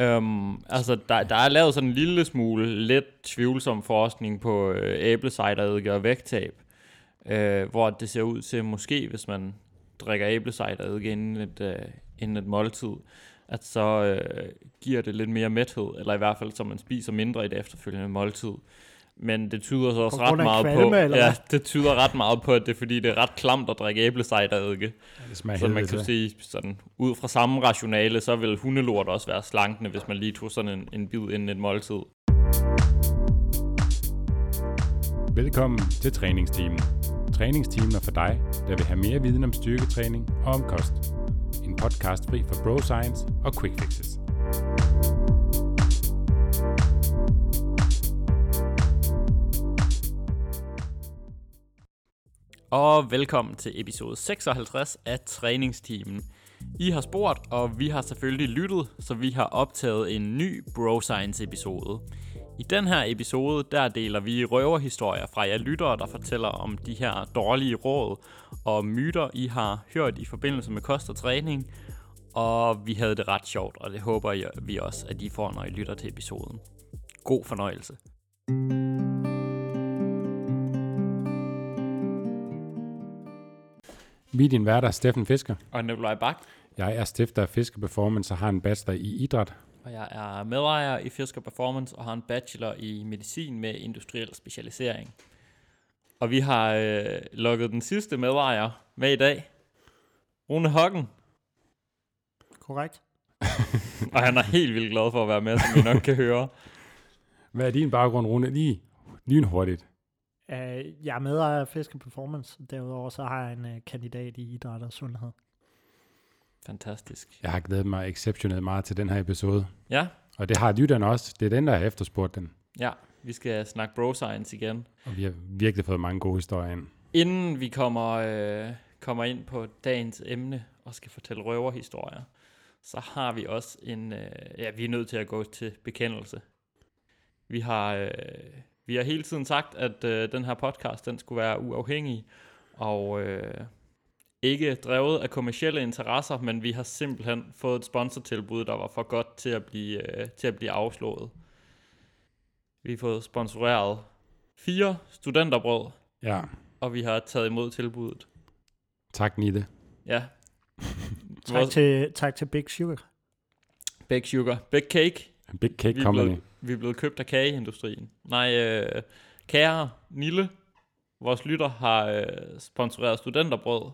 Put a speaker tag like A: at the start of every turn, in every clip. A: Øhm, altså, der, der er lavet sådan en lille smule let tvivlsom forskning på øh, æblecider og vægttab, øh, hvor det ser ud til, måske hvis man drikker æblecider inden et, øh, inden et måltid, at så øh, giver det lidt mere mæthed, eller i hvert fald, så man spiser mindre i det efterfølgende måltid. Men det tyder så også
B: På
A: ret
B: grund af
A: meget på,
B: kvalme, eller
A: ja,
B: hvad?
A: det tyder ret meget på, at det er fordi, det er ret klamt at drikke æblecideredike.
C: Det smager
A: Så man
C: helvede
A: kan
C: til.
A: sige, sådan, ud fra samme rationale, så vil hundelort også være slankende, hvis man lige tog sådan en, en bid inden et måltid.
C: Velkommen til træningsteamen. Træningsteamen er for dig, der vil have mere viden om styrketræning og om kost. En podcast fri for bro science og quick fixes.
A: Og velkommen til episode 56 af træningsteamen. I har spurgt, og vi har selvfølgelig lyttet, så vi har optaget en ny Bro Science episode. I den her episode, der deler vi røverhistorier fra jer lyttere, der fortæller om de her dårlige råd og myter, I har hørt i forbindelse med kost og træning. Og vi havde det ret sjovt, og det håber jeg- vi også, at I får, når I lytter til episoden. God fornøjelse.
C: Vi er din værter, Steffen Fisker.
A: Og Nikolaj Bak,
C: Jeg er stifter af Fisker Performance og har en bachelor i idræt.
A: Og jeg er medejer i Fisker Performance og har en bachelor i medicin med industriel specialisering. Og vi har øh, lukket den sidste medejer med i dag. Rune Hocken.
B: Korrekt.
A: Og han er helt vildt glad for at være med, som I nok kan høre.
C: Hvad er din baggrund, Rune? Lige lynhurtigt.
B: Uh, jeg er medejer af Fisker Performance. Derudover så har jeg en uh, kandidat i idræt og sundhed.
A: Fantastisk.
C: Jeg har glædet mig exceptionelt meget til den her episode.
A: Ja,
C: Og det har lytterne også. Det er den, der har efterspurgt den.
A: ja. Vi skal snakke bro science igen.
C: Og vi har virkelig fået mange gode historier ind.
A: Inden vi kommer, øh, kommer ind på dagens emne og skal fortælle røverhistorier, så har vi også en... Øh, ja, vi er nødt til at gå til bekendelse. Vi har, øh, vi har hele tiden sagt, at øh, den her podcast den skulle være uafhængig og øh, ikke drevet af kommersielle interesser, men vi har simpelthen fået et sponsortilbud, der var for godt til at blive, øh, til at blive afslået. Vi har fået sponsoreret fire studenterbrød
C: Ja,
A: og vi har taget imod tilbuddet.
C: tak Nite.
A: Ja.
B: Tak, til, tak til Big Sugar.
A: Big Sugar. Big Cake.
C: Big Cake
A: vi, er
C: Company.
A: blevet, vi er blevet købt af kageindustrien. Nej, øh, kære Nille, vores lytter har øh, sponsoreret studenterbrød.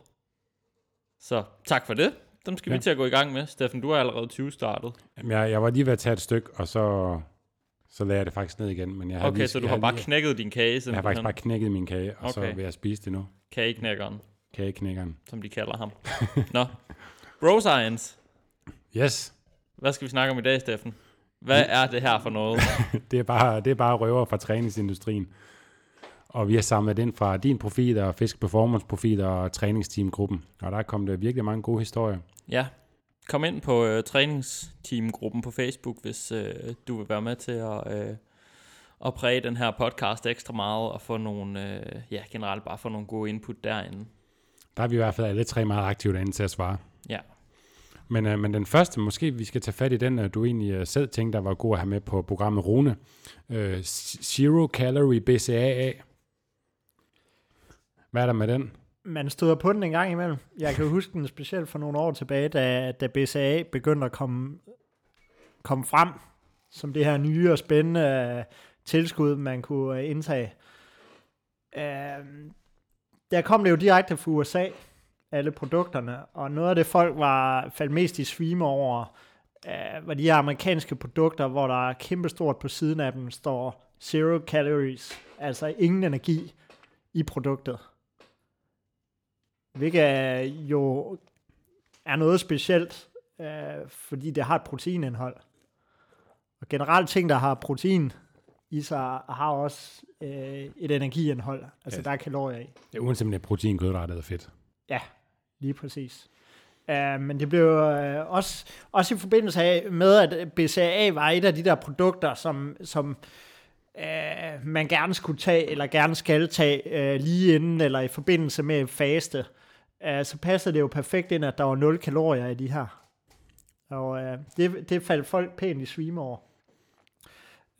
A: Så tak for det. Dem skal ja.
C: Ja.
A: vi til at gå i gang med. Steffen, du er allerede 20 startet.
C: Jamen, jeg, jeg var lige ved at tage et stykke, og så, så lagde jeg det faktisk ned igen. Men jeg har
A: Okay,
C: lige,
A: så du
C: jeg
A: har bare
C: lige,
A: knækket din kage,
C: Jeg har faktisk
A: simpelthen.
C: bare knækket min kage, og så
A: Okay.
C: vil jeg spise det nu.
A: Kageknækkeren,
C: Kageknækkeren.
A: som de kalder ham. Nå. Bro Science.
C: Yes,
A: Hvad skal vi snakke om i dag, Steffen? Hvad er det her for noget?
C: det er bare, det er bare røver fra træningsindustrien. Og vi har samlet ind fra din profil og Fisk Performance profil og træningsteamgruppen. Og der er kommet virkelig mange gode historier.
A: Ja. Kom ind på øh, træningsteamgruppen på Facebook, hvis øh, du vil være med til at, øh, at præge den her podcast ekstra meget og få nogle, øh, ja, generelt bare få nogle gode input derinde.
C: Der er vi i hvert fald alle tre meget aktive derinde til at svare.
A: Ja.
C: Men, øh, men den første, måske vi skal tage fat i den, øh, du egentlig øh, selv tænkte, der var god at have med på programmet Rune. Øh, z- Zero Calorie BCAA. Hvad er der med den?
B: Man støder på den en gang imellem. Jeg kan huske den specielt for nogle år tilbage, da, da BCA begyndte at komme, komme frem som det her nye og spændende øh, tilskud, man kunne øh, indtage. Øh, der kom det jo direkte fra USA, alle produkterne, og noget af det folk var faldt mest i svime over, øh, var de her amerikanske produkter, hvor der er kæmpestort på siden af dem, står zero calories, altså ingen energi i produktet. Hvilket jo er noget specielt, øh, fordi det har et proteinindhold. Og generelt ting, der har protein i sig, har også øh, et energiindhold. Altså
C: Ja.
B: der er kalorier i.
C: Ja, uanset om det er protein, kulhydrater eller fedt.
B: Ja, lige præcis. Uh, men det blev uh, også, også i forbindelse af, med, at BCAA var et af de der produkter, som, som uh, man gerne skulle tage, eller gerne skal tage uh, lige inden, eller i forbindelse Øh, med faste, uh, så passede det jo perfekt ind, at der var 0 kalorier i de her. Og øh, det, det faldt folk pænt i svime over.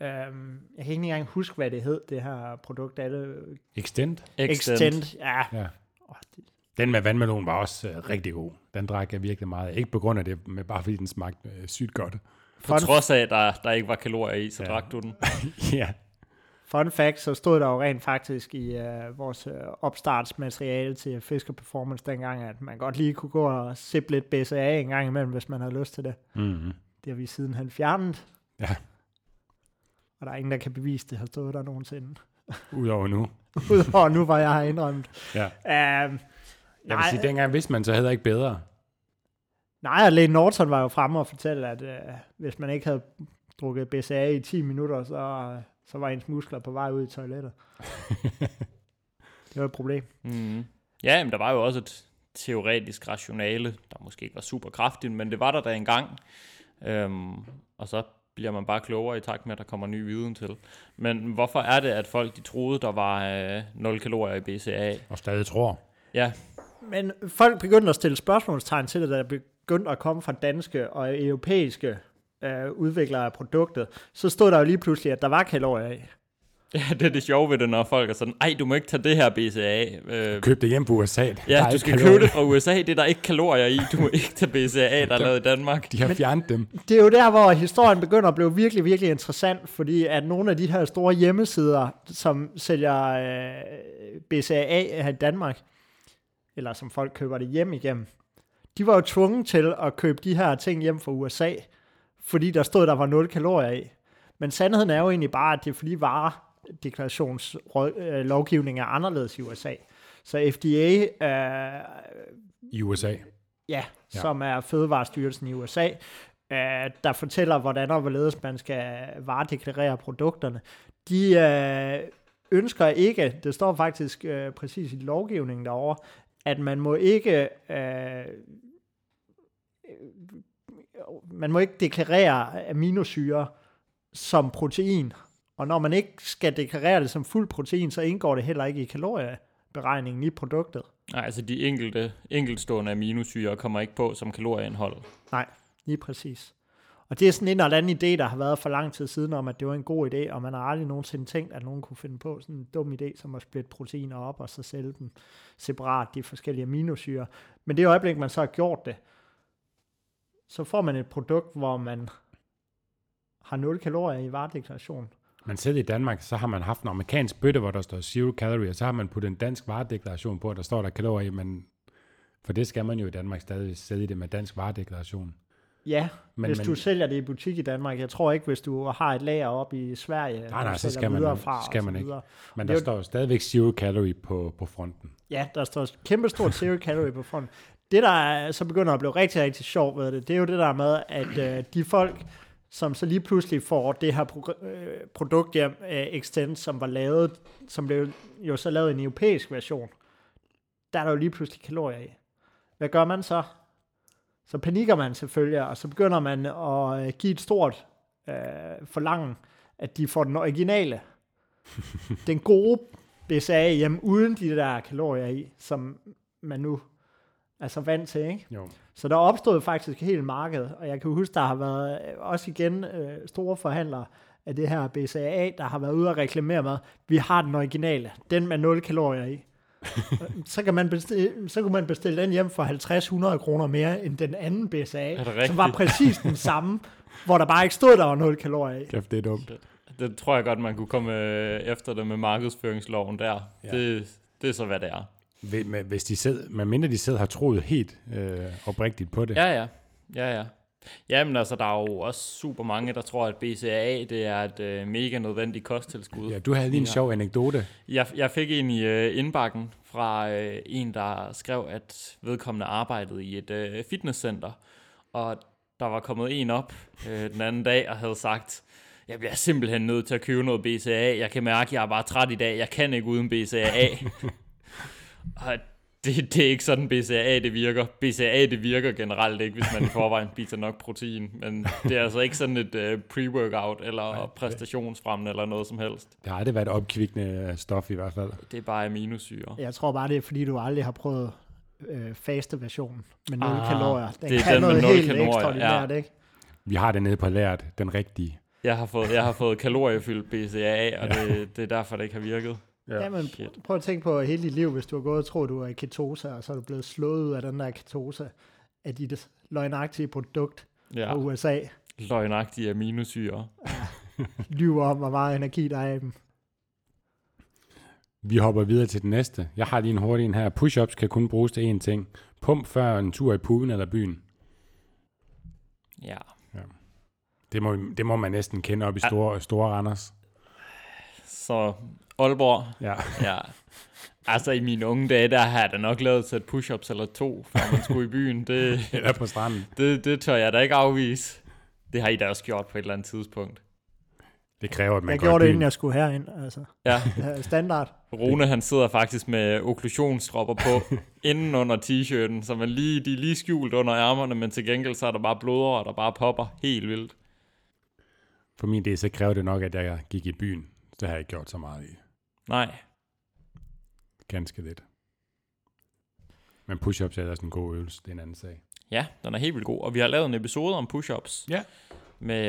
B: Øhm, jeg kan ikke engang huske, hvad det hed, det her produkt. Er det
C: Extend.
B: Extend? Extend. Ja.
C: Ja.
B: Åh, det,
C: Den med vandmelon var også øh, rigtig god. Den drak jeg virkelig meget af. Ikke på grund af det, men bare fordi den smagte øh, sygt godt.
A: På
B: Fun-
A: trods af, at der, der ikke var kalorier i, så
C: Ja.
A: ja. drak du den.
C: ja.
B: Fun fact, så stod der jo rent faktisk i øh, vores øh, opstartsmateriale til Fisker Performance dengang, at man godt lige kunne gå og sippe lidt BCA en gang imellem, hvis man havde lyst til det.
C: Mm-hmm.
B: Det har vi siden han fjernet.
C: Ja.
B: Og der er ingen, der kan bevise, det har stået der nogensinde.
C: Udover nu.
B: Udover nu, hvor jeg har indrømt.
C: Ja.
B: Uh,
C: Jeg vil
B: Nej.
C: sige, dengang vidste man så heller ikke bedre.
B: nej, og Lane Norton var jo fremme og fortælle, at øh, hvis man ikke havde drukket BCA i 10 minutter, så, så var ens muskler på vej ud i toilettet. Det var et problem.
A: Mm. Ja, men der var jo også et teoretisk rationale, der måske ikke var super kraftigt, men det var der da engang. Øhm, og så bliver man bare klogere i takt med, at der kommer ny viden til. Men hvorfor er det, at folk de troede, der var øh, 0 kalorier i BCA?
C: og stadig tror.
A: Ja,
B: Men folk begyndte at stille spørgsmålstegn til det, da der begyndte at komme fra danske og europæiske øh, udviklere af produktet. Så stod der jo lige pludselig, at der var kalorier i.
A: Ja, det er det sjove ved det, når folk er sådan, ej, du må ikke tage det her BCA. Øh,
C: Køb det hjem på USA. Der
A: ja,
C: er
A: du
C: ikke
A: skal
C: kalorier.
A: købe det fra USA, det er der ikke kalorier i, du må ikke tage BCA, der er lavet i Danmark.
C: De har fjernet dem.
B: Det er jo der, hvor historien begynder at blive virkelig, virkelig interessant, fordi at nogle af de her store hjemmesider, som sælger øh, BCAA her i Danmark, eller som folk køber det hjem igennem, de var jo tvunget til at købe de her ting hjem fra USA, fordi der stod, der var 0 kalorier i. Men sandheden er jo egentlig bare, at det er fordi varedeklarationslovgivningen er anderledes i USA. Så FDA øh,
C: I USA.
B: ja,
C: Ja.
B: ja. som er Fødevarestyrelsen i USA, øh, der fortæller, hvordan og hvorledes man skal varedeklarere produkterne. De øh, ønsker ikke, det står faktisk øh, præcis i lovgivningen derovre, at man må ikke øh, man må ikke deklarere aminosyre som protein. Og når man ikke skal deklarere det som fuld protein, så indgår det heller ikke i kalorieberegningen i produktet.
A: Nej, altså de enkelte, enkeltstående aminosyre kommer ikke på som kalorieindhold.
B: Nej, lige præcis. Og det er sådan en eller anden idé, der har været for lang tid siden om, at det var en god idé, og man har aldrig nogensinde tænkt, at nogen kunne finde på sådan en dum idé, som at splitte proteiner op og så sælge dem separat, de forskellige aminosyre. Men det øjeblik, man så har gjort det, så får man et produkt, hvor man har 0 kalorier i varedeklarationen.
C: Men selv i Danmark, så har man haft en amerikansk bøtte, hvor der står zero calorie, og så har man puttet en dansk varedeklaration på, og der står der kalorier i, men for det skal man jo i Danmark stadig sælge det med dansk varedeklaration.
B: Ja,
C: Men,
B: men, hvis
C: men,
B: men, du sælger det i butik i Danmark. Jeg tror ikke, hvis du har et lager op i Sverige,
C: nej,
B: og du
C: så
B: sælger
C: skal man-
B: viderefra
C: skal
B: og så
C: man ikke.
B: videre.
C: men
B: det er
C: der
B: jo-
C: står jo stadigvæk zero calorie på, på fronten.
B: Ja, der står kæmpe stort zero calorie på fronten. Det, der er- så begynder at blive rigtig, rigtig sjovt ved det, det er jo det der med, at øh, de folk, som så lige pludselig får det her pro- øh, produkt hjem, øh, Extend, som var lavet, som blev jo så lavet i en europæisk version, der er der jo lige pludselig kalorier i. Hvad gør man så? Så panikker man selvfølgelig, og så begynder man at øh, give et stort øh, forlangen, at de får den originale, den gode BCA hjem uden de der kalorier i, som man nu er så vant til, ikke?
C: Jo.
B: Så der opstod faktisk et helt marked, og jeg kan huske, der har været øh, også igen øh, store forhandlere af det her BCAA, der har været ude og reklamere med, vi har den originale, den med 0 kalorier i. så, kan man bestille, så kunne man bestille den hjem for 50-100 kroner mere end den anden
A: Er det
B: BCA, som
A: rigtigt?
B: var præcis den samme, hvor der bare ikke stod, der var 0 kalorier i.
C: Kæft, det er dumt.
A: Det tror jeg godt, man kunne komme øh, efter det med markedsføringsloven der.
C: Ja.
A: Ja. Det, det er så, hvad det er.
C: Hvis- men Hvis de selv, medmindre de selv har troet helt øh, oprigtigt på det.
A: Ja, ja. Ja, ja. Jamen altså, der er jo også super mange, der tror, at BCAA det er et øh, mega nødvendigt kosttilskud.
C: ja du havde lige en
A: Ja.
C: sjov anekdote.
A: Jeg, jeg fik en i øh, indbakken fra øh, en, der skrev, at vedkommende arbejdede i et øh, fitnesscenter, og der var kommet en op øh, den anden dag og havde sagt, jeg bliver simpelthen nødt til at købe noget BCAA, jeg kan mærke, at jeg er bare træt i dag, jeg kan ikke uden BCAA. og det, det er ikke sådan, BCAA det virker. BCAA det virker generelt ikke, hvis man i forvejen spiser nok protein, men det er altså ikke sådan et øh, pre-workout eller præstationsfremmende eller noget som helst.
C: Det har aldrig været et opkvikkende stof i hvert fald.
A: Det er bare aminosyre.
B: Jeg tror bare, det er fordi, du aldrig har prøvet øh, faste version med 0
A: Ah,
B: kalorier. Den
A: det er
B: kan
A: den med
B: noget
A: nul
B: helt
A: kalorier,
B: ekstraordinært, ikke?
C: Vi har det nede på lært, den rigtige.
A: Jeg har fået, jeg har fået kaloriefyldt BCAA, og det, det er derfor, det ikke har virket.
B: Ja, men
A: shit.
B: pr- prøv at tænke på hele dit liv, hvis du har gået og troet, du er i ketose, og så er du blevet slået ud af den der ketose af dit løgnagtige produkt
A: Ja,
B: fra USA.
A: løgnagtige aminosyre.
B: Lyver om, hvor meget energi der er i dem.
C: Vi hopper videre til den næste. Jeg har lige en hurtig en her. Push-ups kan kun bruges til én ting. Pump før en tur i poolen eller byen.
A: Ja,
C: Det må, det må man næsten kende op i
A: Ja.
C: store, store Randers.
A: så Aalborg,
C: Ja.
A: ja. Altså i mine unge dage, der har jeg da nok lavet til et push-ups eller to, før man skulle i byen. Det,
C: Eller på stranden.
A: det, det tør jeg da ikke afvise. Det har I da også gjort på et eller andet tidspunkt.
C: Det kræver, at man
B: Jeg
C: går i
B: gjorde det,
C: byen.
B: inden jeg skulle herind. Altså,
A: Ja,
B: det er standard.
A: Rune han sidder faktisk med okklusionsstropper på inden under t-shirten, så man lige, de er lige skjult under ærmerne, men til gengæld så er der bare blodår, der bare popper helt vildt.
C: For min del, så kræver det nok, at jeg gik i byen. Det har jeg ikke gjort så meget i.
A: Nej,
C: Ganske lidt. Men push-ups er også en god øvelse. Det er en anden sag.
A: ja, den er helt vildt god. Og vi har lavet en episode om push-ups
C: Ja.
A: med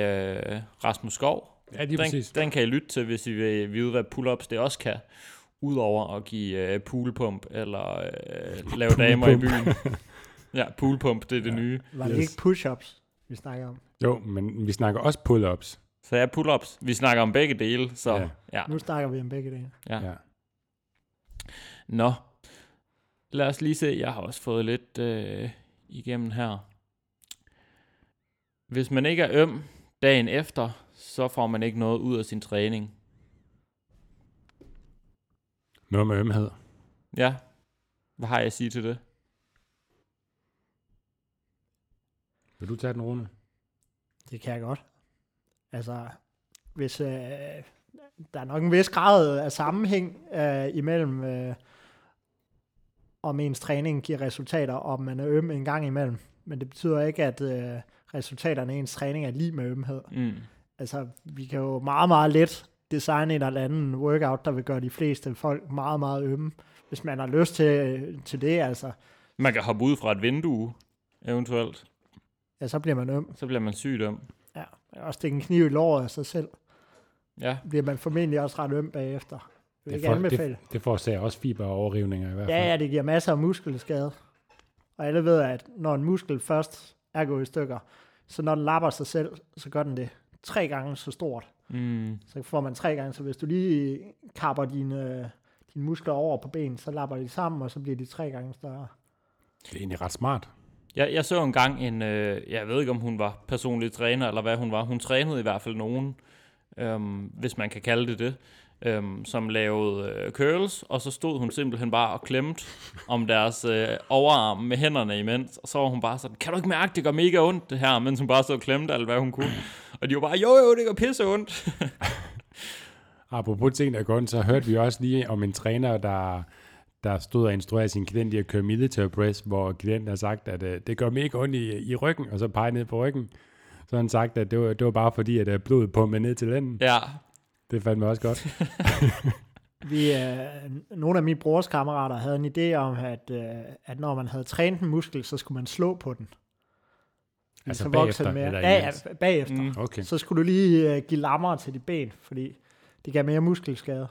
A: øh, Rasmus Skov,
C: Ja, lige
A: den, den kan I lytte til, hvis I vil vide, hvad pull-ups det også kan. Udover at give øh, poolpump eller øh, lave damer i byen. Ja, poolpump, det er det
C: Ja.
A: nye.
B: Var det
C: Yes.
B: ikke push-ups, vi snakker om?
C: Jo, men vi snakker også pull-ups.
A: Så ja, pull-ups. Vi snakker om begge dele, så
C: Ja.
A: ja. ja.
B: Nu snakker vi om begge dele.
A: Ja. Nå, lad os lige se. Jeg har også fået lidt øh, igennem her. Hvis man ikke er øm dagen efter, så får man ikke noget ud af sin træning.
C: Noget med ømhed.
A: Ja, hvad har jeg at sige til det?
C: Vil du tage den, Rune?
B: Det kan jeg godt. Altså, hvis øh, der er nok en vis grad af sammenhæng øh, imellem, øh, om ens træning giver resultater, og om man er øm en gang imellem. Men det betyder ikke, at øh, resultaterne af ens træning er lige med ømhed.
A: Mm.
B: Altså, vi kan jo meget, meget let designe en eller anden workout, der vil gøre de fleste folk meget, meget ømme, hvis man har lyst til, til det, altså.
A: Man kan hoppe ud fra et vindue, eventuelt.
B: Ja, så bliver man øm.
A: Så bliver man syg om.
B: Ja, og stikke en kniv i låret af sig selv,
A: Ja,
B: bliver man formentlig også ret øm bagefter. Det vil
C: Det,
B: ikke
C: får,
B: anbefale.
C: det, det forårsager også fiber og overrivninger i hvert fald.
B: Ja, ja, det giver masser af muskelskade. Og alle ved, at når en muskel først er gået i stykker, så når den lapper sig selv, så gør den det tre gange så stort.
A: mm,
B: Så får man tre gange, så hvis du lige kapper dine, øh, dine muskler over på ben, så lapper de sammen, og så bliver de tre gange større.
C: Det er egentlig ret smart.
A: Jeg, jeg så engang en, øh, jeg ved ikke om hun var personlig træner, eller hvad hun var. Hun trænede i hvert fald nogen, øhm, hvis man kan kalde det det, øhm, som lavede øh, curls, og så stod hun simpelthen bare og klemte om deres øh, overarm med hænderne imens, og så var hun bare sådan, kan du ikke mærke, det gør mega ondt det her, mens hun bare stod og klemte alt, hvad hun kunne. Og de var bare, jo jo, det gør pisse ondt.
C: Apropos ting, der går ondt, så hørte vi også lige om en træner, der, der stod og instruerede sin klient i at køre military press, hvor klienten har sagt, at øh, det gør mega ondt i, i ryggen, og så peger ned på ryggen. Så har han sagt, at det var, det var bare fordi, at øh, blodet pumpede ned til lænden.
A: Ja,
C: Det fandt mig også godt.
B: Vi, øh, nogle af mine brors kammerater havde en idé om, at, øh, at når man havde trænet en muskel, så skulle man slå på den.
C: Altså
B: så voksede den
C: bagefter,
B: mere.
C: eller
B: Ja,
C: imens?
B: ja, bagefter.
A: mm,
C: Okay.
B: så skulle du lige øh, give lammer til dit ben, fordi det gav mere muskelskade.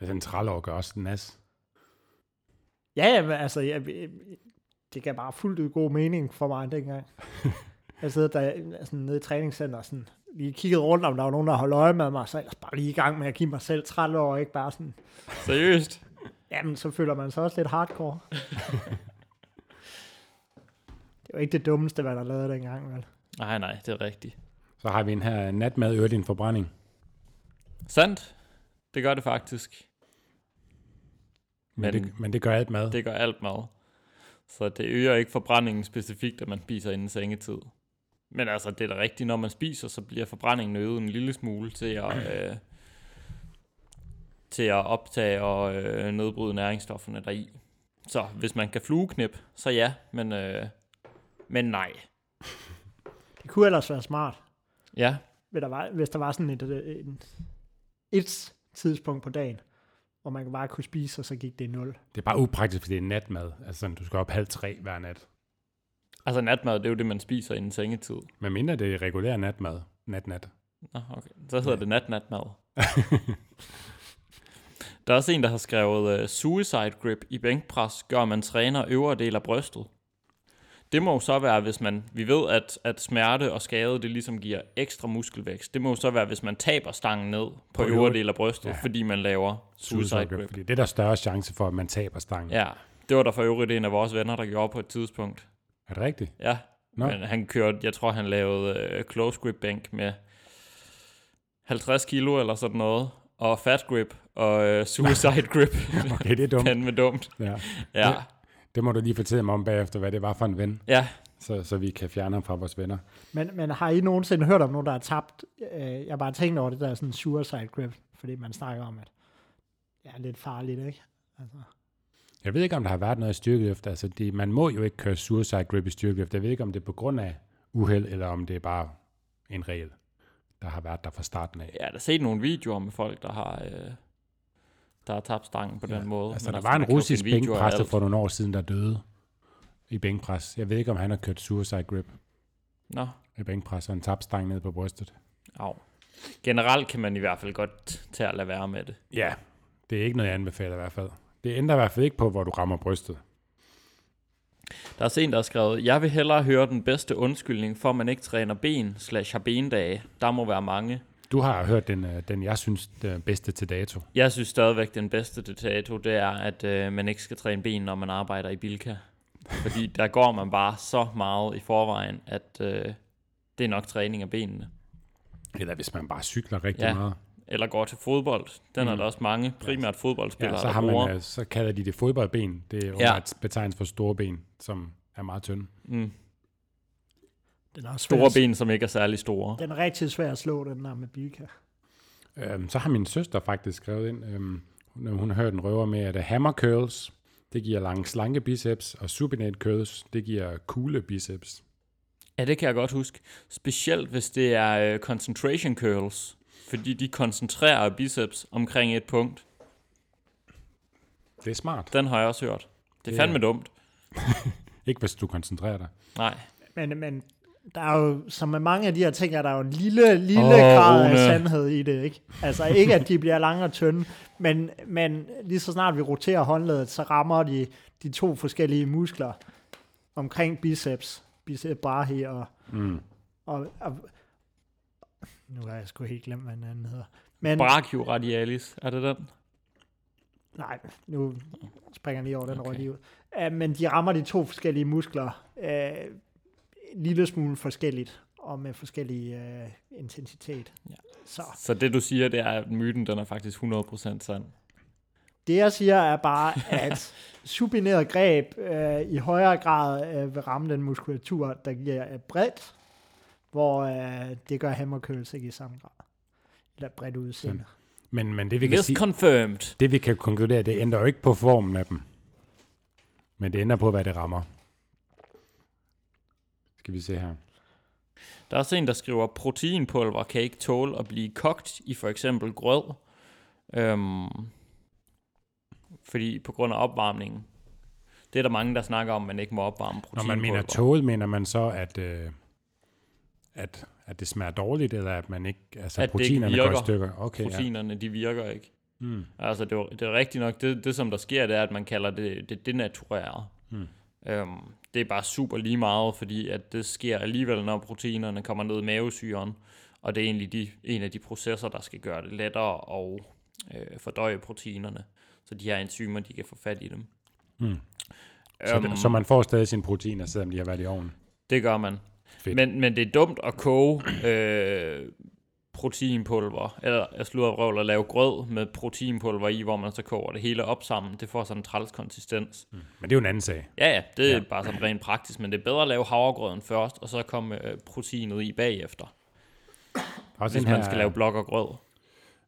C: Altså en trælår gør også en nas.
B: Ja, ja, men altså, jeg, jeg- det gav bare fuldt ud god mening for mig dengang. jeg sad der sådan, nede i træningscenter og sådan, lige kiggede rundt, om der var nogen, der holdt øje med mig, så ellers bare lige i gang med at give mig selv 30 år, ikke bare sådan,
A: seriøst.
B: jamen, så føler man sig også lidt hardcore. det var ikke det dummeste, hvad der lavede dengang, vel?
A: Nej, nej, det er rigtigt.
C: Så har vi en her natmad øger din forbrænding.
A: Sandt, det gør det faktisk.
C: Men, men,
A: Men-
C: det, men det gør alt mad. Det,
A: Det gør alt mad. Så det øger ikke forbrændingen specifikt, at man spiser inden sengetid. Men altså, det er da rigtigt, når man spiser, så bliver forbrændingen øget en lille smule til at, øh, til at optage og øh, nedbryde næringsstofferne deri. Så hvis man kan flueknip, så ja, men, øh, men nej.
B: Det kunne ellers være smart.
A: Ja,
B: hvis der var, hvis der var sådan et, et, et øh, tidspunkt på dagen, hvor man bare kunne spise, og så gik det i nul.
C: Det er bare upraktisk, fordi det er natmad. Altså, sådan, du skal op halv tre hver nat.
A: Altså natmad, det er jo det, man spiser inden sengetid.
C: Men mindre det er regulær natmad. Nat-nat.
A: Nå, okay. Så hedder det nat-natmad. Der er også en, der har skrevet, øh, suicide grip i bænkpres gør, at man træner øvre del af brystet. Det må jo så være, hvis man, vi ved, at, at smerte og skade, det ligesom giver ekstra muskelvækst. Det må jo så være, hvis man taber stangen ned på, på øvre
C: øvre-
A: del af brystet, ja. fordi man laver suicide, suicide grip.
C: Fordi det er der større chance for, at man taber stangen.
A: Ja, det var der for øvrigt en af vores venner, der gjorde på et tidspunkt.
C: Er det rigtigt?
A: Ja,
C: Nå.
A: men han kørte, jeg tror han lavede øh, close grip bænk med 50 kilo eller sådan noget, og fat grip og øh, suicide grip.
C: Okay, det er dumt.
A: Han med dumt.
C: Ja.
A: Ja,
C: Det må du lige fortælle mig om bagefter, hvad det var for en ven,
A: ja.
C: så, så vi kan fjerne ham fra vores venner.
B: Men, men har I nogensinde hørt om nogen, der har tabt? Øh, jeg har bare tænkt over det der sådan suicide grip, fordi man snakker om, at det er lidt farligt, ikke? Altså,
C: Jeg ved ikke, om der har været noget i styrkeløft. Altså, det, man må jo ikke køre suicide grip i styrkeløft. Jeg ved ikke, om det er på grund af uheld, eller om det er bare en regel, der har været der fra starten af.
A: Jeg har da set nogle videoer med folk, der har, øh, der har tabt stangen på ja, den måde.
C: Altså,
A: Men
C: der var en
A: kan jo
C: russisk
A: finde videoer af
C: bænkpræster
A: alt.
C: for nogle år siden, der døde i bænkpres. Jeg ved ikke, om han har kørt suicide grip
A: Nå,
C: i bænkpres, og han tabte stangen ned på brystet.
A: au. Generelt kan man i hvert fald godt tage at lade være med det.
C: Ja, det er ikke noget, jeg anbefaler i hvert fald. Det ændrer i hvert fald ikke på, hvor du rammer brystet.
A: Der er også en, der har skrevet, jeg vil hellere høre den bedste undskyldning, for at man ikke træner ben, slash har bendage. Der må være mange.
C: Du har hørt den, øh, den jeg synes, den bedste til dato.
A: Jeg synes stadigvæk, den bedste detato, det er, at øh, man ikke skal træne ben, når man arbejder i Bilka. Fordi der går man bare så meget i forvejen, at øh, det er nok træning af benene.
C: Eller hvis man bare cykler rigtig
A: Ja.
C: ja. meget.
A: Eller går til fodbold. Den mm. er der også mange, primært fodboldspillere,
C: Ja, så,
A: der
C: har
A: bruger.
C: man, øh, så kalder de det fodboldben. Det er
A: Ja.
C: ja. betegnelse for store ben, som er meget tynde.
A: mm,
B: den er også svær,
A: store
B: at-
A: ben, som ikke er særlig store.
B: Den er rigtig svær at slå, den der med Bilka.
C: Øhm, så har min søster faktisk skrevet ind, øhm, hun, hun har hørt en røver med, at øh, hammer curls, det giver lange slanke biceps, og supinate curls, det giver kugle biceps.
A: Ja, det kan jeg godt huske. Specielt hvis det er øh, concentration curls. Fordi de koncentrerer biceps omkring et punkt.
C: Det er smart.
A: Den har jeg også hørt. Det er
C: Det-
A: fandme dumt.
C: Ikke hvis du koncentrerer dig.
A: Nej.
B: Men, men der er jo, som med mange af de her ting, er der jo en lille, lille oh,
A: Åh,
B: grad af
A: Rune.
B: sandhed i det, ikke? Altså ikke, at de bliver lange og tynde, men, men lige så snart vi roterer håndledet, så rammer de de to forskellige muskler omkring biceps, bicep brachi og,
C: Mm.
B: og, og nu har jeg sgu helt glemt, hvad den anden hedder. Men,
A: Brachioradialis, er det den?
B: Nej, nu springer jeg lige over den
A: Okay.
B: okay. lige ud. Uh, men de rammer de to forskellige muskler uh, en lille smule forskelligt og med forskellig uh, intensitet.
A: Ja.
B: Ja. Så
A: Så det du siger, det er, at myten den er faktisk 100% sand.
B: det jeg siger er bare, at subineret greb uh, i højere grad uh, vil ramme den muskulatur, der giver uh, bredt, hvor uh, det gør hammerkøls ikke i samme grad. Eller bredt udseende.
C: Men, men det vi kan
A: Yes,
C: sige,
A: confirmed.
C: det vi kan konkludere, det ændrer jo ikke på formen af dem. Men det ændrer på, hvad det rammer. Skal vi se her.
A: Der er også en, der skriver, proteinpulver kan ikke tåle at blive kogt i for eksempel grød. Øhm, fordi på grund af opvarmningen. Det er der mange, der snakker om, at man ikke må opvarme
C: Når
A: proteinpulver.
C: man mener tål, mener man så, at, øh, at, at det smager dårligt, eller at man ikke, altså
A: At det ikke
C: proteinerne går i
A: virker.
C: stykker? Okay, ja.
A: Proteinerne, de virker ikke.
C: Mm.
A: Altså, det er, jo- det er rigtigt nok. Det, det, som der sker, det er, at man kalder det det denaturerede.
C: Mm.
A: Øhm, det er bare super lige meget, fordi at det sker alligevel, når proteinerne kommer ned i mavesyren. Og det er egentlig de, en af de processer, der skal gøre det lettere at øh, fordøje proteinerne. Så de her enzymer, de kan få fat i dem.
C: Mm. Så,
A: Øhm,
C: det, så man får stadig sine proteiner, selvom de har været i ovnen.
A: det gør man.
C: Fedt.
A: Men, men det er dumt at koge øh, proteinpulver, eller jeg slutter røvl og lave grød med proteinpulver i, hvor man så koger det hele op sammen. Det får sådan en træls konsistens.
C: Men det er jo en anden sag.
A: Ja, ja, det er ja.
C: Ja.
A: bare sådan rent praktisk, men det er bedre at lave havregrøden først, og så komme øh, proteinet i bagefter,
C: Også
A: hvis
C: den her,
A: man skal lave blok og grød.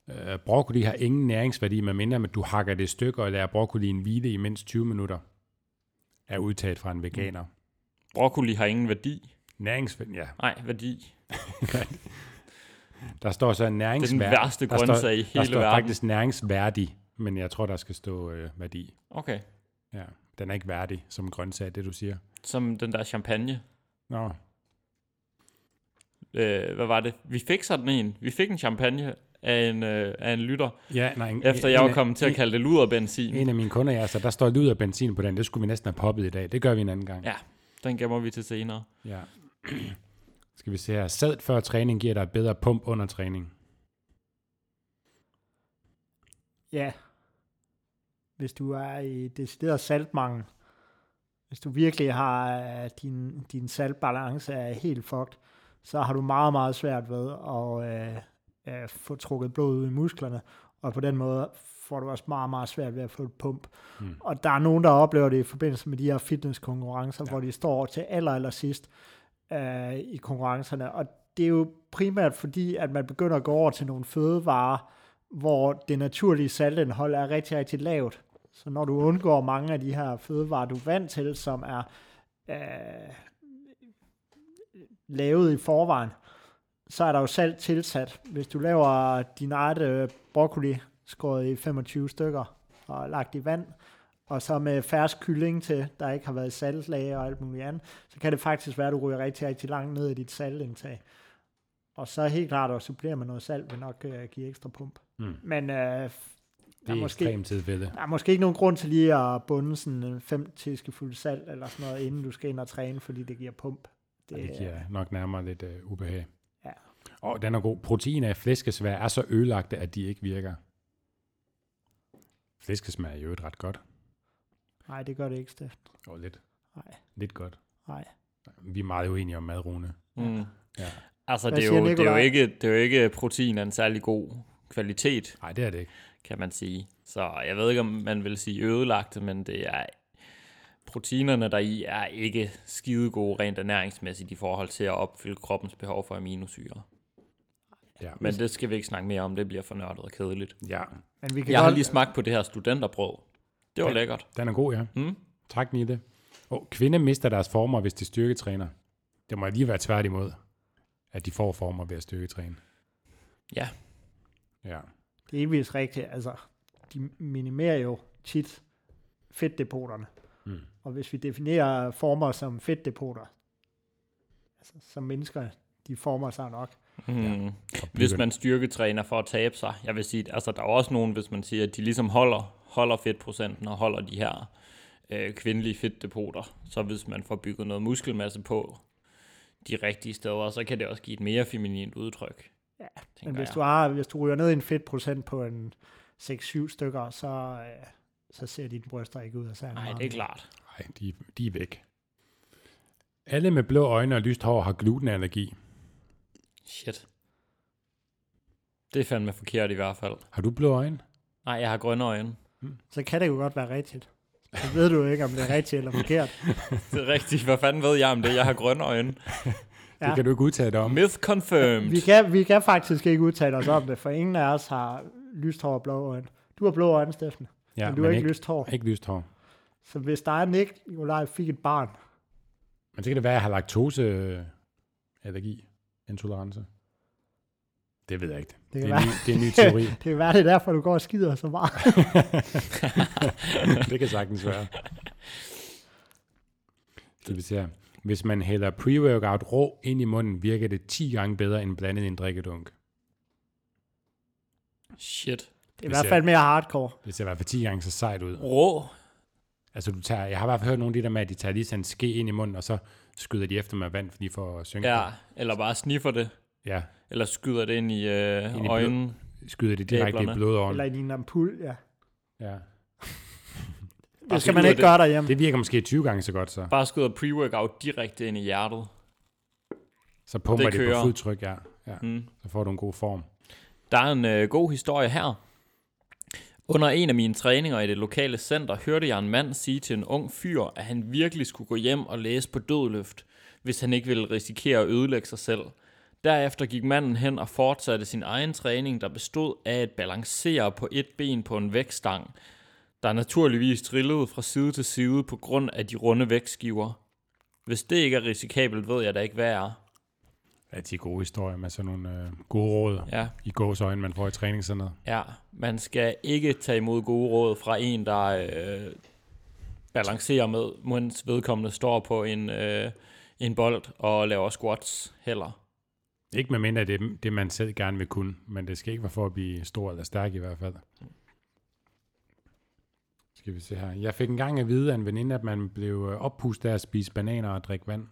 C: øh, broccoli har ingen næringsværdi, medmindre at du hakker det i stykker og lader broccolien hvile i mindst 20 minutter. Er udtaget fra en veganer. Mm.
A: Broccoli har ingen værdi.
C: Næringsværdi, ja.
A: Nej, værdi.
C: Der står så
A: Det er den
C: næringsværdi.
A: værste
C: der står-
A: grøntsag i
C: der
A: hele
C: står
A: verden.
C: faktisk næringsværdig Men jeg tror, der skal stå øh, værdi.
A: Okay.
C: Ja. Den er ikke værdig som grøntsag, det du siger.
A: Som den der champagne.
C: Nå,
A: Øh, hvad var det? Vi fik sådan en. Vi fik en champagne af en, øh, af en lytter,
C: ja, nej. en-
A: efter
C: en
A: jeg var
C: af-
A: kommet til at
C: en-
A: kalde det luderbenzin.
C: En af mine kunder, ja, så der står lyd af benzin på den. Det skulle vi næsten have poppet i dag. Det gør vi en anden gang.
A: Ja. Den gemmer vi til senere.
C: ja. Skal vi se her. Sæd før træning giver dig et bedre pump under træning.
B: Ja. Hvis du er i decideret saltmangel. Hvis du virkelig har øh, din, din saltbalance er helt fucked, så har du meget, meget svært ved at øh, øh, få trukket blod ud i musklerne. Og på den måde får du også meget, meget svært ved at få et pump.
C: Hmm.
B: Og der er nogen, der oplever det i forbindelse med de her fitnesskonkurrencer, ja.
C: Ja.
B: hvor de står til aller, aller sidst øh, i konkurrencerne. Og det er jo primært fordi, at man begynder at gå over til nogle fødevarer, hvor det naturlige saltindhold er rigtig, rigtig lavt. Så når du undgår mange af de her fødevarer, du er vant til, som er øh, lavet i forvejen, så er der jo salt tilsat. Hvis du laver din eget øh, broccoli, skåret i 25 stykker og lagt i vand, og så med fersk kylling til, der ikke har været saltlag og alt muligt andet, så kan det faktisk være, at du ryger rigtig, rigtig langt ned i dit saltindtag. Og så helt klart at supplere med noget salt vil nok øh, give ekstra pump.
C: Mm.
B: Men øh, der,
C: Det er
B: er måske,
C: ekstremt tilfælde.
B: der er måske ikke nogen grund til lige at bunde sådan en fem teskefulde salt eller sådan noget, inden du skal ind og træne, fordi det giver pump.
C: Det, det giver
B: er-
C: nok nærmere lidt øh, ubehag.
B: Ja.
C: Og den er god. Proteiner af flæskesvær er så ødelagte, at de ikke virker. Flæskesmær er jo et ret godt.
B: Nej, det gør det ikke, Steff.
C: Og lidt.
B: Nej.
C: Lidt godt.
B: Nej.
C: Vi er meget uenige om mad, Rune.
A: Mm.
C: Ja.
A: Altså,
B: Hvad
A: det er,
B: siger
A: jo, det, er jo
B: Nikolaj?
A: ikke, det er jo ikke protein af en særlig god kvalitet,
C: Nej, det er det ikke.
A: kan man sige. Så jeg ved ikke, om man vil sige ødelagte, men det er proteinerne deri er ikke skide gode rent ernæringsmæssigt i forhold til at opfylde kroppens behov for aminosyre.
C: Ja.
A: Men det skal vi ikke snakke mere om, det bliver for nørdet og kedeligt.
C: ja.
B: Men vi kan
A: Jeg har
B: godt...
A: lige smagt på det her studenterbrød. Det var
C: Ja.
A: lækkert.
C: Den er god, ja.
A: Mm?
C: Tak, Nille. Og kvinder mister deres former, hvis de styrketræner. Det må lige være tværtimod, at de får former ved at styrketræne.
A: Ja.
C: Ja.
B: Det er heldigvis rigtigt. Altså, de minimerer jo tit fedtdepoterne.
C: Mm.
B: Og hvis vi definerer former som fedtdepoter, altså, så mennesker, de former sig nok.
A: Mm.
C: Og
A: Hvis
C: begynd-
A: man styrketræner for at tabe sig, jeg vil sige, altså der er også nogen, hvis man siger, at de ligesom holder, holder fedtprocenten og holder de her øh, kvindelige fedtdepoter, så hvis man får bygget noget muskelmasse på de rigtige steder, så kan det også give et mere feminint udtryk.
B: Ja,
A: tænker
B: Men hvis
A: jeg.
B: du, har, hvis du ryger ned i en fedtprocent på en 6-7 stykker, så, øh, så ser dine bryster ikke ud af særlig
A: Nej,
B: meget.
A: det er klart.
C: Nej, de, de er væk. Alle med blå øjne og lyst hår har glutenallergi.
A: Shit. Det er fandme forkert i hvert fald.
C: Har du blå øjne?
A: Nej, jeg har grønne øjne.
B: Så kan det jo godt være rigtigt. Så ved du jo ikke, om det er rigtigt eller forkert.
A: Det er rigtigt. Hvad fanden ved jeg om det? Jeg har grønne øjne.
C: Ja. Det
B: Ja.
C: kan du ikke udtale dig om.
A: Myth confirmed.
B: Vi kan, vi kan faktisk ikke udtale os om det, for ingen af os har lyst hår og blå øjne. Du har blå øjne, Steffen, ja, men du har ikke, lyst hår.
C: ikke lyst hår.
B: Så hvis der er Nick, Nikolaj fik et barn,
C: Men så kan det være, at jeg har laktoseallergi, intolerance. Det ved jeg ikke. Det,
B: kan
C: det, er,
B: være.
C: ny, det er en ny teori.
B: det kan være, det er derfor, du går og skider så meget.
C: det kan sagtens være. Skal vi se her. Hvis man hælder pre-workout rå ind i munden, virker det 10 gange bedre end blandet i en drikkedunk.
A: Shit.
B: Det er i
C: Hvis
B: hvert fald mere hardcore.
C: Det ser i hvert fald 10 gange så sejt ud.
A: Rå.
C: Altså, du tager, jeg har i hvert fald hørt nogle af de der med, at de tager lige sådan en ske ind i munden, og så skyder de efter med vand, fordi for at synge.
A: Ja, eller bare sniffer det.
C: ja.
A: Eller skyder det ind i, øh,
C: Ind i
A: øjnene.
C: Skyder det direkte i
A: Æblerne.
C: blodåren.
B: Eller i din ampul, ja.
C: Ja.
B: Det skal
A: så
B: man
A: lyder
B: ikke
A: det-
B: gøre derhjemme.
C: Det virker måske 20 gange så godt, så.
A: Bare skyder pre-workout direkte ind i hjertet.
C: Så pumper
A: Det
C: det, det på
A: kører.
C: fuld tryk, ja. ja.
A: Mm.
C: Så får du en god form.
A: Der er en øh, god historie her. Under en af mine træninger i det lokale center hørte jeg en mand sige til en ung fyr, at han virkelig skulle gå hjem og læse på dødløft, hvis han ikke ville risikere at ødelægge sig selv. Derefter gik manden hen og fortsatte sin egen træning, der bestod af at balancere på et ben på en vægtstang, der naturligvis trillede fra side til side på grund af de runde vægtskiver. Hvis det ikke er risikabelt, ved jeg da ikke, hvad er.
C: at de gode historier med sådan nogle øh, gode råd
A: Ja,
C: i gåsøjne, man får i træningscenteret.
A: ja. Man skal ikke tage imod gode råd fra en, der øh, balancerer med, mens vedkommende står på en, øh, en bold og laver squats heller.
C: Ikke med mindre det er det, man selv gerne vil kunne, men det skal ikke være for at blive stor eller stærk i hvert fald. Skal vi se her. Jeg fik engang at vide af en veninde, at man blev øh, oppustet af at spise bananer og drikke vand.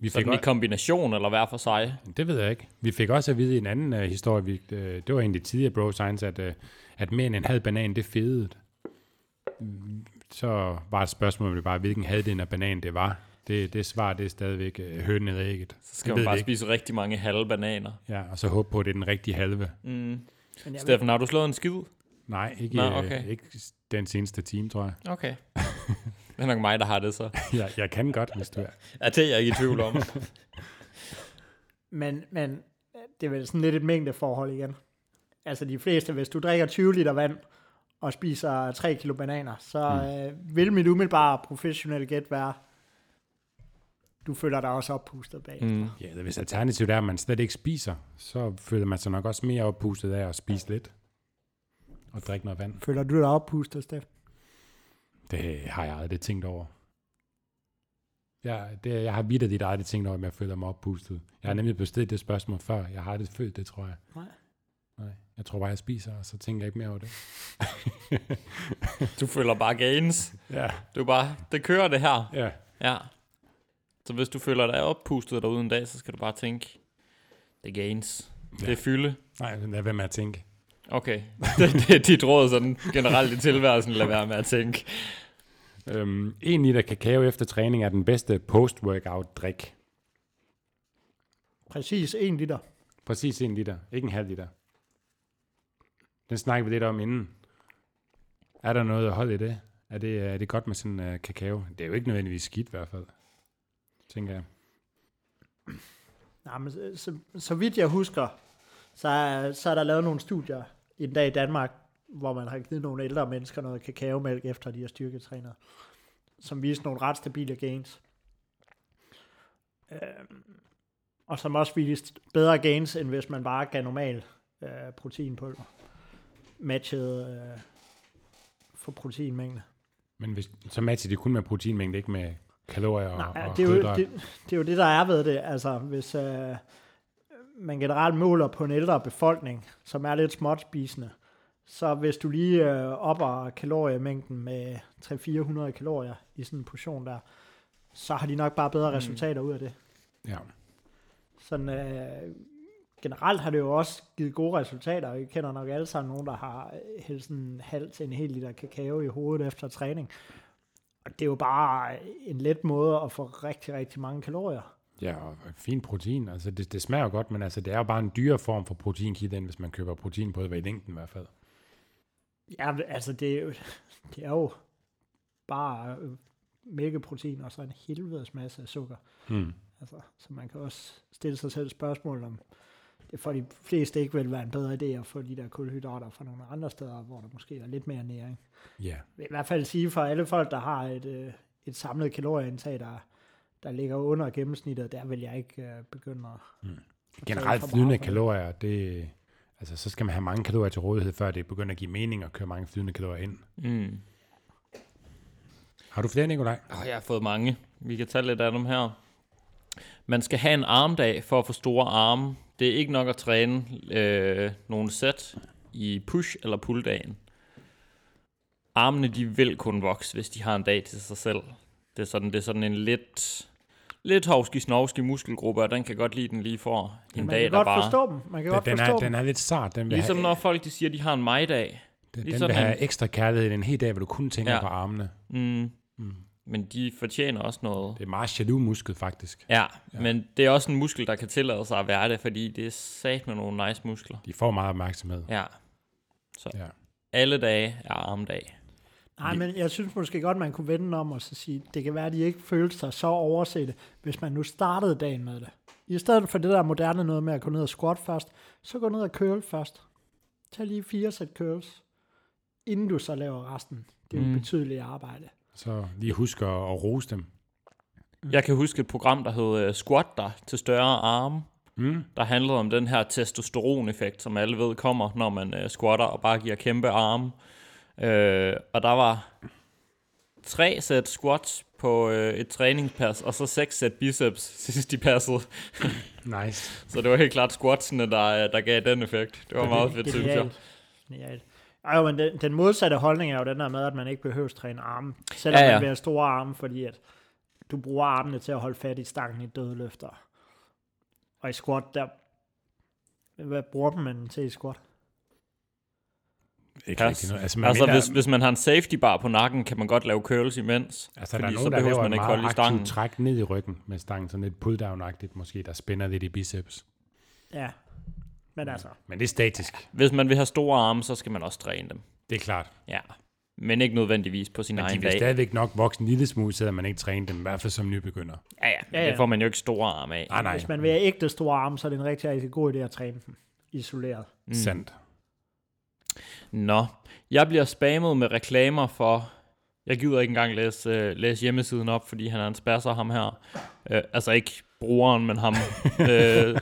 C: Vi fik
A: Sådan i
C: også,
A: kombination eller hver for sig.
C: det ved jeg ikke. Vi fik også at vide i en anden uh, historie, vi, uh, det var egentlig tidligere Bro Science, at, uh, at mere end en halv banan, det fedede. Mm, Så var et spørgsmål bare, hvilken halvdelen af bananen det var. Det, det svar, det er stadigvæk uh, hønen eller ægget.
A: Så skal
C: Det
A: man
C: ved vi
A: bare
C: ikke.
A: spise rigtig mange halve bananer.
C: Ja, og så håbe på, at det er den rigtige halve.
A: Mm.
B: Men jeg,
A: Steffen, har du slået en skid?
C: Nej, ikke,
A: Nå,
C: Nå, okay.
A: okay.
C: ikke den seneste time, tror jeg.
A: Okay. det er nok mig, der har det så.
C: jeg. Jeg kan godt, hvis du er.
A: Ja, det er jeg ikke i tvivl om.
B: men, men øh, det er vel sådan lidt et mængdeforhold igen. Altså de fleste, hvis du drikker 20 liter vand og spiser 3 kilo bananer, så mm. øh, vil mit umiddelbare professionelle gæt være, du føler dig også oppustet bag. Mm.
A: mm.
C: Ja, eller hvis alternativet er, at man slet ikke spiser, så føler man sig nok også mere oppustet af at spise lidt. Og drikke noget vand.
B: Føler du dig oppustet, Steff?
C: Det øh, har jeg aldrig tænkt over. Jeg, det, øh, jeg har vidt dit aldrig tænkt over, at jeg føler mig oppustet. Jeg har nemlig bestilt det spørgsmål før. Jeg har aldrig følt det, tror jeg.
B: Nej.
C: Nej. Jeg tror bare, jeg spiser, og så tænker jeg ikke mere over det.
A: Du føler bare gains.
C: Ja,
A: Du er bare, det kører det her.
C: ja.
A: Ja. Så hvis du føler dig oppustet derude en dag, så skal du bare tænke, det er gains. Ja. Det er fylde.
C: Nej, lad være med at tænke.
A: Okay. Det, det er dit råd sådan generelt i tilværelsen. Lad være med at tænke.
C: Øhm, en liter kakao efter træning er den bedste post-workout-drik.
B: Præcis 1 liter.
C: Præcis en liter, ikke en halv liter. Den snakker vi lidt om inden. Er der noget hold i det? Er det, er det godt med sådan en uh, kakao? Det er jo ikke nødvendigvis skidt i hvert fald, tænker jeg.
B: Nej, men så, så, så vidt jeg husker, så er, så er der lavet nogle studier i dag i Danmark, hvor man har givet nogle ældre mennesker noget kakaomælk, efter de har styrketrænet, som viser nogle ret stabile gains. Øh, og som også viste bedre gains, end hvis man bare gav normal øh, proteinpulver, matchet øh, for proteinmængde.
C: Men hvis, så matcher det kun med proteinmængde, ikke med kalorier og,
B: Nej,
C: og
B: det, er jo,
C: kulhydrater.
B: det, det er jo det, der er ved det. Altså, hvis øh, man generelt måler på en ældre befolkning, som er lidt småt spisende, så hvis du lige øh, opper kaloriemængden med 300-400 kalorier i sådan en portion der, så har de nok bare
C: Mm.
B: bedre resultater ud af det.
C: Ja.
B: Sådan, øh, generelt har det jo også givet gode resultater, og I kender nok alle sammen nogen, der har øh, hældt sådan en halv til en hel liter kakao i hovedet efter træning. Og det er jo bare øh, en let måde at få rigtig, rigtig mange kalorier.
C: ja, og fin protein. Altså, det, det smager jo godt, men altså, det er jo bare en dyrere form for proteinkilde, end hvis man køber protein på i længden i hvert fald.
B: Ja, altså det er jo, det er jo bare øh, mælkeprotein og så en helvedes masse af sukker.
C: Hmm.
B: Altså, så man kan også stille sig selv spørgsmål om, det for de fleste ikke vil være en bedre idé at få de der kulhydrater fra nogle andre steder, hvor der måske er lidt mere næring.
C: Ja.
B: vil i hvert fald sige for alle folk, der har et, øh, et samlet kalorieindtag, der, der ligger under gennemsnittet, der vil jeg ikke øh, begynde at... at tage for
C: generelt
B: meget
C: flydende
B: for det.
C: kalorier, det, altså, så skal man have mange kalorier til rådighed, før det begynder at give mening at køre mange flydende kalorier ind.
A: Mm.
C: Har du flere, Nikolaj?
A: Oh, jeg har fået mange. Vi kan tage lidt af dem her. Man skal have en armdag for at få store arme. Det er ikke nok at træne øh, nogle sæt i push- eller pull-dagen. Armene de vil kun vokse, hvis de har en dag til sig selv. Det er sådan, det er sådan en lidt, lidt hovski snovski muskelgruppe, og den kan godt lide, den lige får en
B: Man
A: dag,
B: kan
A: der
B: godt
A: bare...
B: forstå dem. Man kan
C: Den,
B: godt
C: den,
B: forstå
C: er,
B: dem.
C: den er lidt sart. Den vil,
A: Ligesom
C: have,
A: når folk de siger, de har en majdag,
C: den, den
A: ligesom
C: vil have
A: en-
C: ekstra kærlighed en hel dag, hvor du kun tænker ja.
A: Ja.
C: på armene.
A: mm, men de fortjener også noget.
C: Det er meget jaloux muskel, faktisk.
A: Ja, ja, men det er også en muskel, der kan tillade sig at være det, fordi det er sat med nogle nice muskler.
C: De får meget opmærksomhed.
A: Ja,
C: Ja.
A: alle dage er armdag.
B: Nej, men jeg synes måske godt, man kunne vende den om og så sige, det kan være, at de ikke følte sig så overset, hvis man nu startede dagen med det. I stedet for det der moderne noget med at gå ned og squat først, så gå ned og curl først. Tag lige fire sæt curls, inden du så laver resten. Det er jo
A: Mm.
B: betydeligt arbejde.
C: Så lige husk at, at rose dem.
A: Jeg kan huske et program, der hed øh, Squat dig til større arme,
C: Mm.
A: der handlede om den her testosteroneffekt, som alle ved kommer, når man øh, squatter og bare giver kæmpe arme. Øh, og der var tre sæt squats på øh, et træningspas, og så seks sæt biceps, sidst de passede.
C: Nice.
A: Så det var helt klart squatsene, der, øh, der gav den effekt. Det var meget fedt, synes jeg.
B: Genialt. Genialt. Ej, jo, men den, den modsatte holdning er jo den der med, at man ikke behøver at træne arme, selvom
A: Ja,
B: ja,
A: ja.
B: ja. man vil have store arme, fordi at du bruger armene til at holde fat i stangen i dødløfter. Og i squat, der... Hvad bruger man til i squat?
C: Ikke
A: Pas.
C: rigtig noget. Altså, man
A: Altså,
C: mener,
A: hvis, hvis man har en safety bar på nakken, kan man godt lave curls imens.
C: altså der er
A: fordi
C: nogen,
A: så
C: der
A: behøver
C: laver
A: man
C: man
A: ikke
C: meget
A: holde i
C: aktivt
A: stangen.
C: træk ned i ryggen med stangen, sådan lidt pulldown-agtigt måske, der spænder lidt i biceps.
B: Ja,
C: Mm,
B: men altså...
C: Men det er statisk,
A: Hvis man vil have store arme, så skal man også træne dem.
C: det er klart.
A: Ja, men ikke nødvendigvis på sin
C: Men de
A: egen
C: vil
A: dag.
C: stadigvæk nok vokse en lille smule, selvom man ikke træner dem, i hvert fald som nybegynder.
A: Ja, ja,
B: Ja,
A: ja,
B: ja.
A: det får man jo ikke store arme af.
C: Nej, nej,
B: Hvis man vil have ægte store arme, så er det en rigtig, rigtig god idé at træne dem isoleret.
C: mm. sandt.
A: Nå, jeg bliver spammet med reklamer for... Jeg gider ikke engang læse, øh, læse hjemmesiden op, fordi han er en spasser, ham her. Øh, altså ikke brugeren, men ham, øh,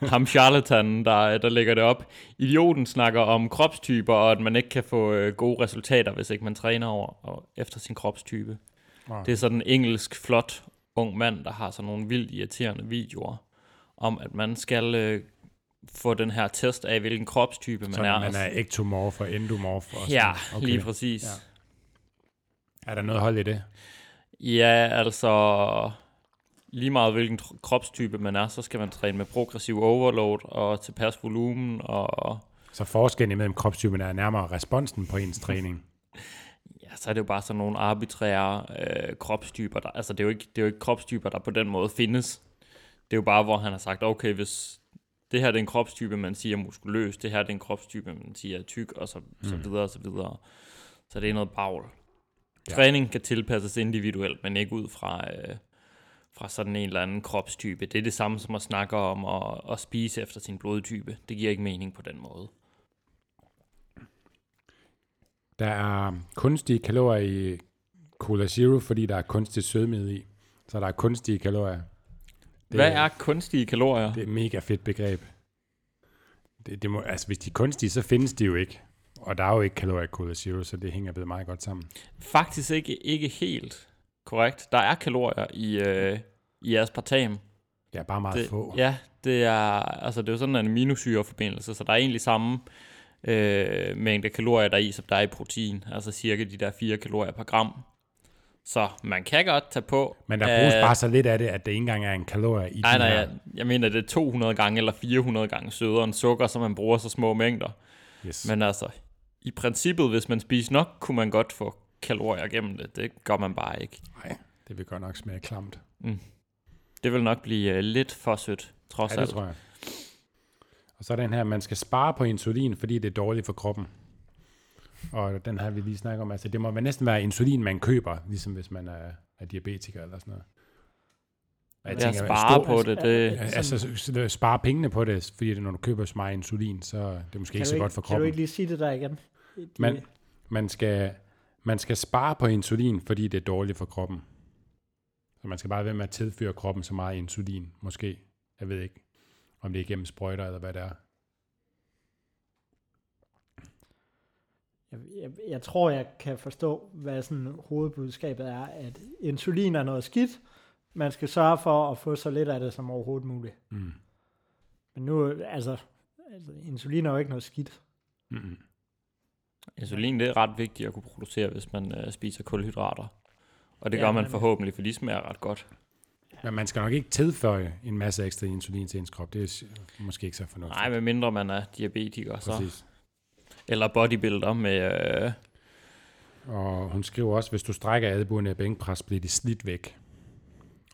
A: ham charlatanen, der, der lægger det op. Idioten snakker om kropstyper, og at man ikke kan få øh, gode resultater, hvis ikke man træner over og efter sin kropstype.
C: Wow.
A: Det er sådan en engelsk flot ung mand, der har sådan nogle vildt irriterende videoer om, at man skal øh, få den her test af, hvilken kropstype man
C: Så
A: er.
C: man
A: og
C: er ektomorf og endomorf. Og sådan.
A: Ja, okay. lige præcis.
C: Ja. Er der noget hold i det?
A: Ja. ja, altså lige meget hvilken tro- kropstype man er, så skal man træne med progressiv overload og tilpas volumen og
C: Så forskellen imellem kropstypen er nærmere responsen på ens træning.
A: ja, Altså, så er det jo bare sådan nogle arbitrære øh, kropstyper. Der, altså det er, jo ikke, det er jo ikke kropstyper, der på den måde findes. Det er jo bare, hvor han har sagt, okay, hvis det her det er en kropstype, man siger er muskuløs, det her det er en kropstype, man siger er tyk, og så, mm. så videre og så videre. Så det er noget bagl.
C: Ja.
A: Ja. Træning kan tilpasses individuelt, men ikke ud fra, øh, fra sådan en eller anden kropstype. Det er det samme som at snakke om at, at spise efter sin blodtype. Det giver ikke mening på den måde.
C: Der er kunstige kalorier i Cola Zero, fordi der er kunstig sødmiddel i. Så der er kunstige kalorier.
A: Det, Hvad er kunstige kalorier?
C: Det er et mega fedt begreb. Det, det må, altså, hvis de er kunstige, så findes de jo ikke. Og der er jo ikke kalorier i Cola Zero, så det hænger ved meget godt sammen.
A: Faktisk ikke, ikke helt korrekt. Der er kalorier i, øh, i aspartam.
C: Det er bare meget
A: Det,
C: få.
A: ja, det er, altså, det er jo sådan en aminosyreforbindelse, så der er egentlig samme øh, mængde kalorier, der er i, som der er i protein. Altså cirka de der 4 kalorier per gram. Så man kan godt tage på...
C: Men der bruges
A: øh,
C: bare så lidt af det, at det ikke engang er en kalorie i
A: Nej,
C: de
A: nej,
C: her.
A: jeg, jeg mener, det er 200 gange eller 400 gange sødere end sukker, så man bruger så små mængder.
C: Yes.
A: Men altså, i princippet, hvis man spiser nok, kunne man godt få kalorier gennem det. Det gør man bare ikke.
C: Nej, det vil godt nok smage klamt.
A: Det vil nok blive øh, lidt for sødt, trods
C: Ja, det
A: alt.
C: tror jeg. Og så er den her, man skal spare på insulin, fordi det er dårligt for kroppen. Og den her, vi lige snakker om, altså det må næsten være insulin, man køber, ligesom hvis man er, er diabetiker eller sådan noget. Og
A: Jeg,
C: tænker,
A: jeg
C: en
A: sparer
C: stor-
A: på det. det
C: Altså, så spare pengene på det, fordi det, når du køber så meget insulin, så er det måske
B: Kan
C: ikke
B: du
C: så godt for
B: Kan du
C: kroppen.
B: ikke lige sige det der igen?
C: Man, man, skal, man skal spare på insulin, fordi det er dårligt for kroppen. Så man skal bare være med at tilføre kroppen så meget insulin, måske. Jeg ved ikke, om det er gennem sprøjter eller hvad det er.
B: Jeg, jeg, jeg tror, jeg kan forstå, hvad sådan hovedbudskabet er, at insulin er noget skidt. Man skal sørge for at få så lidt af det som overhovedet muligt.
C: Mm.
B: Men nu, altså, altså insulin er jo ikke noget skidt.
C: Mm-mm.
A: insulin det er ret vigtigt at kunne producere, hvis man øh, spiser kulhydrater. Og det
B: Ja,
A: gør man
B: men-
A: forhåbentlig, for de smager ret godt.
C: Men man skal nok ikke tilføje en masse ekstra insulin til ens krop. Det er s- måske ikke så fornuftigt.
A: Nej, medmindre man er diabetiker. Så.
C: Præcis.
A: Eller bodybuilder med... Øh,
C: Og hun skriver også, hvis du strækker albuerne af bænkpres, bliver de slidt væk.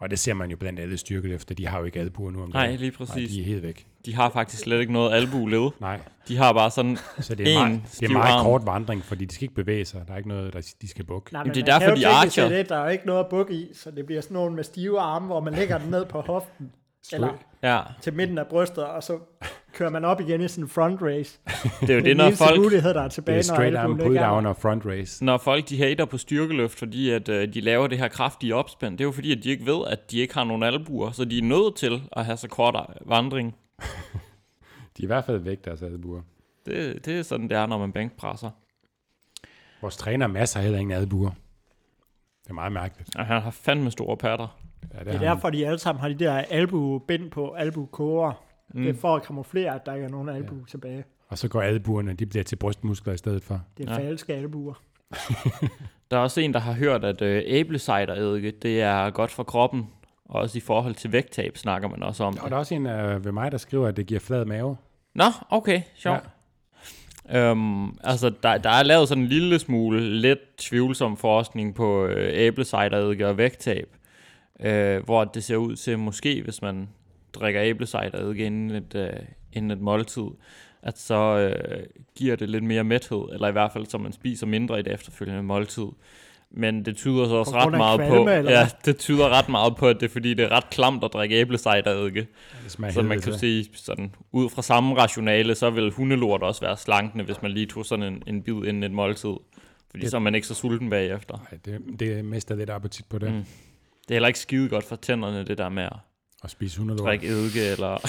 C: Og det ser man jo blandt alle styrkeløfter. De har jo ikke albuer nu om
A: nej,
C: dagen.
A: lige
C: Nej,
A: præcis.
C: de er helt væk.
A: De har faktisk slet ikke noget albueled.
C: Nej,
A: De har bare sådan...
C: så det er
A: En
C: en meget, det er
A: stiv
C: en meget
A: arm.
C: kort vandring, fordi de skal ikke bevæge sig. Der er ikke noget, der de skal bukke.
B: Nej,
A: Jamen, det er
B: man
A: derfor,
B: kan
A: de
B: jo teknisk
A: archer.
B: set ikke- Der er jo ikke noget at bukke i, så det bliver sådan nogle med stive arme, hvor man lægger den ned på hoften, eller
A: Ja,
B: til midten af brystet, og så kører man op igen i sådan en front race.
A: Det er jo det, når folk,
B: mulighed, der er tilbage,
C: Det er
B: når
C: straight
B: alle
C: arm
B: kunne
C: pull
B: ligge
C: down
B: af.
C: og front race.
A: når folk de hater på styrkeløft, fordi at, øh, de laver det her kraftige opspænd. Det er jo fordi, at de ikke ved, at de ikke har nogen albuer, så de er nødt til at have så kort øh, vandring.
C: De er i hvert fald væk, deres adbuer.
A: Det, det er sådan, det er, når man bænkpresser.
C: Vores træner masser heller ingen adbuer. Det er meget mærkeligt.
A: Og han har fandme store patter.
C: Ja,
B: Det er
C: har han.
B: derfor, de alle sammen har de der albuebind på, albukårer. Mm. Det er for at kamuflere, at der ikke er nogen albu ja. tilbage.
C: Og så går adbuerne, de bliver til brystmuskler i stedet for.
B: Det er
A: Ja.
B: ja. falske albuer.
A: Der er også en, der har hørt, at øh, æblecideredike, det er godt for kroppen. Og også i forhold til vægttab snakker man også om
C: Og
A: det.
C: der er også en øh, ved mig, der skriver, at det giver flad mave.
A: Nå, okay, sjovt. Ja. Øhm, altså, der, der er lavet sådan en lille smule let tvivlsom forskning på øh, æblecideredike og vægttab. Øh, hvor det ser ud til, måske hvis man drikker æblecideredike inden et, øh, inden et måltid, at så øh, giver det lidt mere mæthed, eller i hvert fald, så man spiser mindre i det efterfølgende måltid. Men det tyder så også
B: grund
A: ret
B: af
A: meget på,
B: kvalme, eller
A: ja,
B: hvad?
A: det tyder ret meget på, at det er fordi, det er ret klamt at drikke æblecideredike.
C: Hvis man
A: Så man kan sige, sådan, ud fra samme rationale, så vil hundelort også være slankende, hvis man lige tog sådan en, en bid inden et måltid. Fordi
C: Det-
A: så er man ikke så sulten bagefter.
C: Nej, det, det mister lidt appetit på det.
A: Mm.
C: Mm.
A: Det er heller ikke skide godt for tænderne, det der med at
C: Og spise hundelort.
A: drikke eddike. Eller...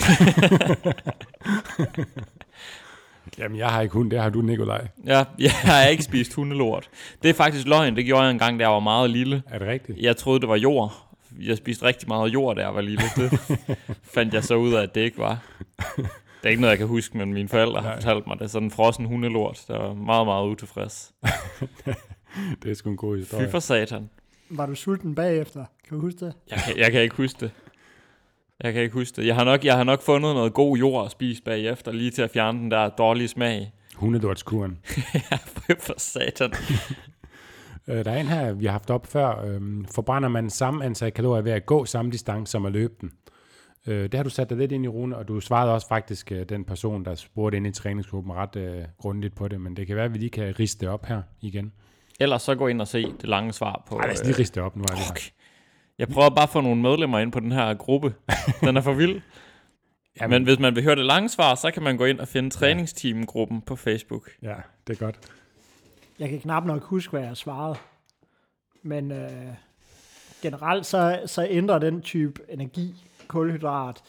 C: Jamen, jeg har ikke hund, det har du, Nikolaj.
A: ja, jeg har ikke spist hundelort. Det er faktisk løgn, det gjorde jeg engang, da jeg var meget lille.
C: Er det rigtigt?
A: Jeg troede, det var jord. Jeg spiste rigtig meget jord, da jeg var lille. Det fandt jeg så ud af, at det ikke var. Det er ikke noget, jeg kan huske, men mine forældre har
C: Nej.
A: fortalt mig det. Sådan en frossen hundelort, der var meget, meget utilfreds.
C: Det er sgu en god historie.
A: Fy for satan.
B: Var du sulten bagefter? Kan du huske det?
A: Jeg kan, jeg kan ikke huske det. Jeg kan ikke huske det. Jeg har nok, jeg har nok fundet noget god jord at spise bagefter, lige til at fjerne den der dårlige smag.
C: Hundelortskuren.
A: Fy for satan.
C: Øh, der er en her, vi har haft op før. Øhm, forbrænder man samme antal kalorier ved at gå samme distance som at løbe den? Øh, det har du sat dig lidt ind i, Rune, og du svarede også faktisk øh, den person, der spurgte ind i træningsgruppen ret øh, grundigt på det, men det kan være, at vi lige kan riste det op her igen.
A: Ellers så gå ind og se det lange svar på...
C: Nej, lad os
A: øh,
C: altså, lige riste det op nu. Er det her.
A: okay. Jeg prøver bare at få nogle medlemmer ind på den her gruppe. Den er for vild.
C: Jamen,
A: Men hvis man vil høre det lange svar, så kan man gå ind og finde træningsteamgruppen på Facebook.
C: Ja, det er godt.
B: Jeg kan knap nok huske, hvad jeg svarede. Men øh, generelt så, så ændrer den type energi, kulhydrat,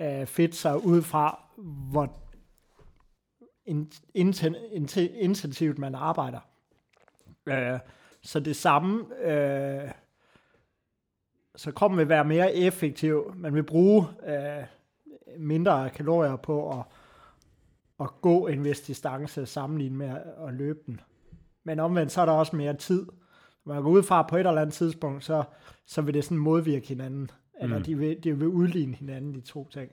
B: øh, fedt sig ud fra, hvor in, inten, inten, intensivt man arbejder. Øh, så det samme, øh, så kroppen vil være mere effektiv. Man vil bruge øh, mindre kalorier på at, at gå en vis distance sammenlignet med at, at løbe den. Men omvendt, så er der også mere tid. Man går ud fra, at på et eller andet tidspunkt, så, så vil det sådan modvirke hinanden. Eller
C: Mm.
B: de, vil, de vil udligne hinanden, de to ting.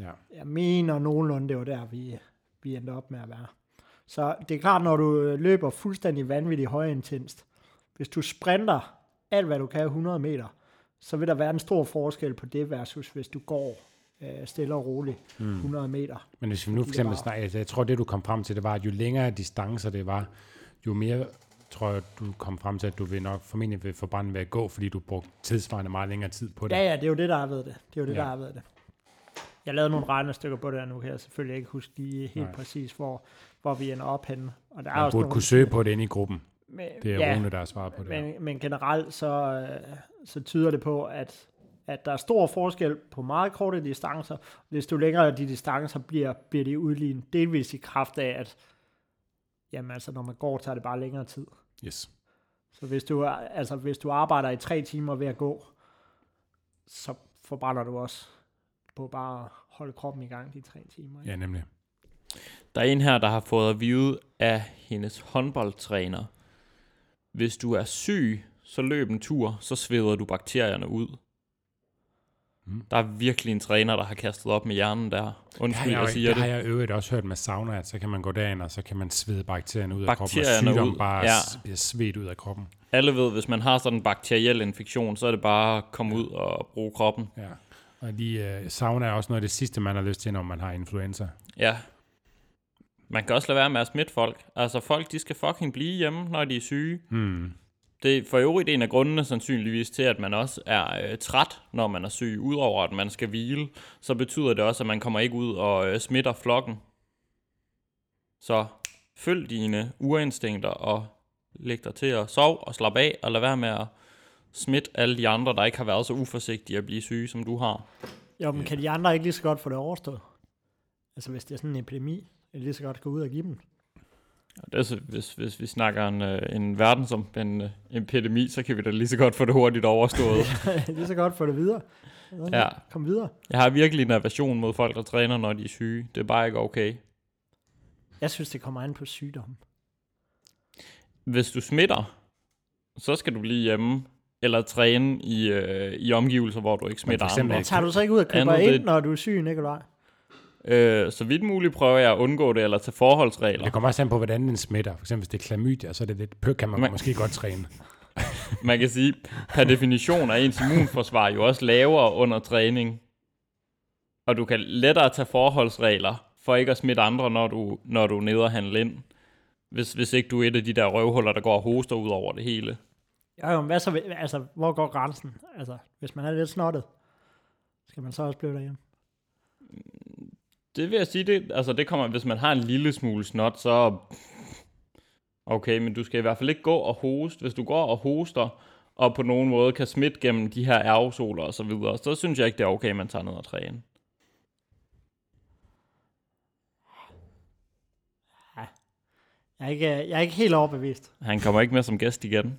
C: Ja.
B: Jeg mener nogenlunde, det var der, vi, vi endte op med at være. Så det er klart, når du øh, løber fuldstændig vanvittigt højintenst, hvis du sprinter alt, hvad du kan 100 meter, så vil der være en stor forskel på det versus, hvis du går øh, stille og roligt 100 meter.
C: Men hvis vi nu for
B: Det er
C: eksempel
B: bare-
C: snakker, altså, jeg tror det du kom frem til, det var, at jo længere distancer det var, jo mere tror jeg, du kom frem til, at du vil nok formentlig vil forbrænde ved at gå, fordi du brugte tidsvarende meget længere tid på det.
B: Ja, ja, det er jo det, der har været det. Det er jo det,
C: Ja.
B: ja. der har været det. Jeg lavede nogle regnestykker på det, og nu kan jeg selvfølgelig ikke huske lige helt
C: Nej.
B: Nej. præcis, hvor, hvor vi ender op henne. Og der er
C: Man
B: også
C: burde
B: nogle,
C: kunne søge på det inde i gruppen.
B: men-
C: Det er ja, Rune, der har svaret på det. Men,
B: Men, men generelt så, øh, så tyder det på, at, at der er stor forskel på meget korte distancer. Hvis du længere de distancer bliver, bliver de udlignet delvis i kraft af, at jamen, altså, når man går, tager det bare længere tid.
C: yes.
B: Så hvis du, er- altså, hvis du arbejder i tre timer ved at gå, så forbrænder du også på bare at holde kroppen i gang de tre timer. ikke?
C: Ja, nemlig.
A: Der er en her, der har fået at vide af hendes håndboldtræner. Hvis du er syg, så løb en tur, så sveder du bakterierne ud.
C: Mm.
A: Der er virkelig en træner, der har kastet op med hjernen der.
C: Det har
A: Undskyld,
C: jeg,
A: jeg
C: jo-
A: siger
C: det har
A: det.
C: jeg i øvrigt også hørt med sauna, at så kan man gå derind, og så kan man svede bakterierne ud af kroppen, og
A: Bakterierne
C: sygdommen
A: ud,
C: bare
A: ja.
C: s- bliver svedt ud af kroppen.
A: Alle ved, hvis man har sådan en bakteriel infektion, så er det bare at komme ud og bruge kroppen.
C: Ja. Og lige øh, sauna er også noget af det sidste, man har lyst til, når man har influenza.
A: Ja. Man kan også lade være med at smitte folk. Altså folk, de skal fucking blive hjemme, når de er syge.
C: Hmm.
A: Det er for øvrigt en af grundene sandsynligvis til, at man også er øh, træt, når man er syg. Udover at man skal hvile, så betyder det også, at man kommer ikke ud og øh, smitter flokken. Så følg dine urinstinkter og læg dig til at sove og slappe af, og lad være med at smitte alle de andre, der ikke har været så uforsigtige at blive syge, som du har.
B: Jo, men kan de andre ikke lige så godt få det overstået? Altså, hvis det er sådan en epidemi, kan de lige så godt gå ud og give dem.
A: Og det er så, hvis, hvis vi snakker en, øh, en verden som en øh, epidemi, så kan vi da lige så godt få det hurtigt overstået.
B: lige så godt få det videre. Sådan,
A: Ja.
B: Kom videre.
A: Jeg har virkelig en aversion mod folk, der træner, når de er syge. Det er bare ikke okay.
B: Jeg synes, det kommer an på sygdommen.
A: Hvis du smitter, så skal du blive hjemme eller træne i, øh, i omgivelser, hvor du ikke smitter
C: eksempel
A: andre.
B: Og tager du så ikke ud og køber
A: Andet, det-
B: ind, når du er syg, Nikolaj?
A: Øh, så vidt muligt prøver jeg at undgå det, eller tage forholdsregler.
C: Det kommer også an på, hvordan den smitter. For eksempel, hvis det er klamydia, så er det lidt pøk, kan man,
A: Men-
C: man måske godt træne.
A: Man kan sige, per definition er ens immunforsvar jo også lavere under træning. Og du kan lettere tage forholdsregler for ikke at smitte andre, når du, når du er nede og handle ind. Hvis, hvis ikke du er et af de der røvhuller, der går og hoster ud over det hele.
B: Jo, jo, men hvad så, ved- altså, hvor går grænsen? Altså, hvis man er lidt snottet, skal man så også blive derhjemme?
A: Det vil jeg sige, det, altså det kommer, hvis man har en lille smule snot, så... Okay, men du skal i hvert fald ikke gå og hoste. Hvis du går og hoster, og på nogen måde kan smitte gennem de her aerosoler og så videre, så synes jeg ikke, det er okay, man tager ned og træne.
B: Jeg er ikke, jeg er ikke helt overbevist.
A: Han kommer ikke med som gæst igen.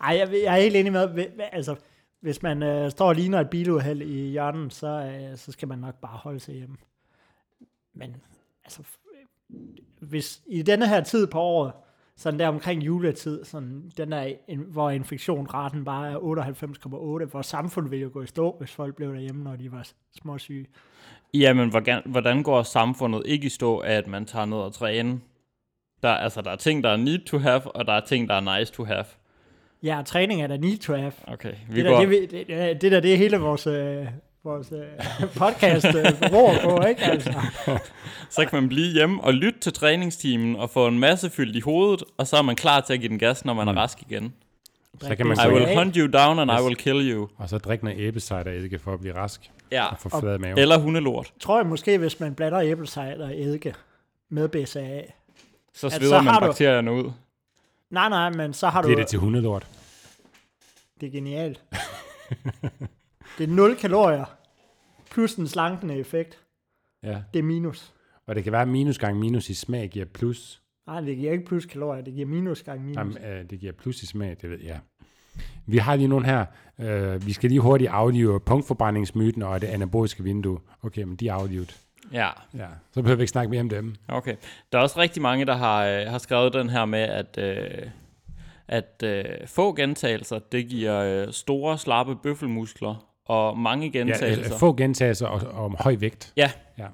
B: Ej, jeg, jeg er helt enig med, hvi- hvi- altså, hvis man øh, står og ligner et biluheld i hjørnet, så, øh, så skal man nok bare holde sig hjemme. Men altså, f- hvis i denne her tid på året, sådan der omkring juletid, sådan den der, in- hvor infektionsraten bare er 98,8, hvor samfundet ville jo gå i stå, hvis folk blev derhjemme, når de var s- småsyge.
A: Jamen, hvordan, hvordan går samfundet ikke i stå af, at man tager ned og træne? Der, altså, der er ting, der er need to have, og der er ting, der er nice to have.
B: Ja, og træning er da need to have.
A: Okay, vi
B: Det
A: går...
B: der, det, vi- det, det, det der, det er hele vores, øh, vores øh, podcast øh, beror på, ikke? Altså.
A: Så kan man blive hjemme og lytte til træningstimen og få en masse fyldt i hovedet, og så er man klar til at give den gas, når man er rask igen.
C: Så Mm. kan man
A: I
C: gå
A: will
C: ind
A: hunt you down, and I
C: Yes.
A: will kill you.
C: og så drikke noget æblecider for at blive rask
A: Ja.
C: og få flad mave.
A: Eller hundelort.
B: tror jeg måske, hvis man blander æblesejl og eddike med BCA.
A: Så
B: så
A: sveder man
B: har du-
A: bakterierne ud.
B: Nej, nej, men så har du...
C: Bliver det til hundelort?
B: det er genialt. det er 0 kalorier, plus den slankende effekt.
C: Ja.
B: Det er minus.
C: Og det kan være, at minus gange minus i smag giver plus.
B: Nej, det giver ikke plus kalorier, det giver minus gange minus.
C: Jamen, øh, det giver plus i smag, det ved jeg. Vi har lige nogle her. Øh, vi skal lige hurtigt aflive punktforbrændingsmyten og det anaboliske vindue. Okay, men de er aflivet.
A: Ja,
C: Ja, så behøver vi ikke snakke mere om dem.
A: okay. Der er også rigtig mange, der har, øh, har skrevet den her med, at, øh, at øh, få gentagelser, det giver øh, store, slappe bøffelmuskler, og mange
C: Ja,
A: gentagelser.
C: øh, få gentagelser og, og om høj vægt.
A: Ja.
C: Ja.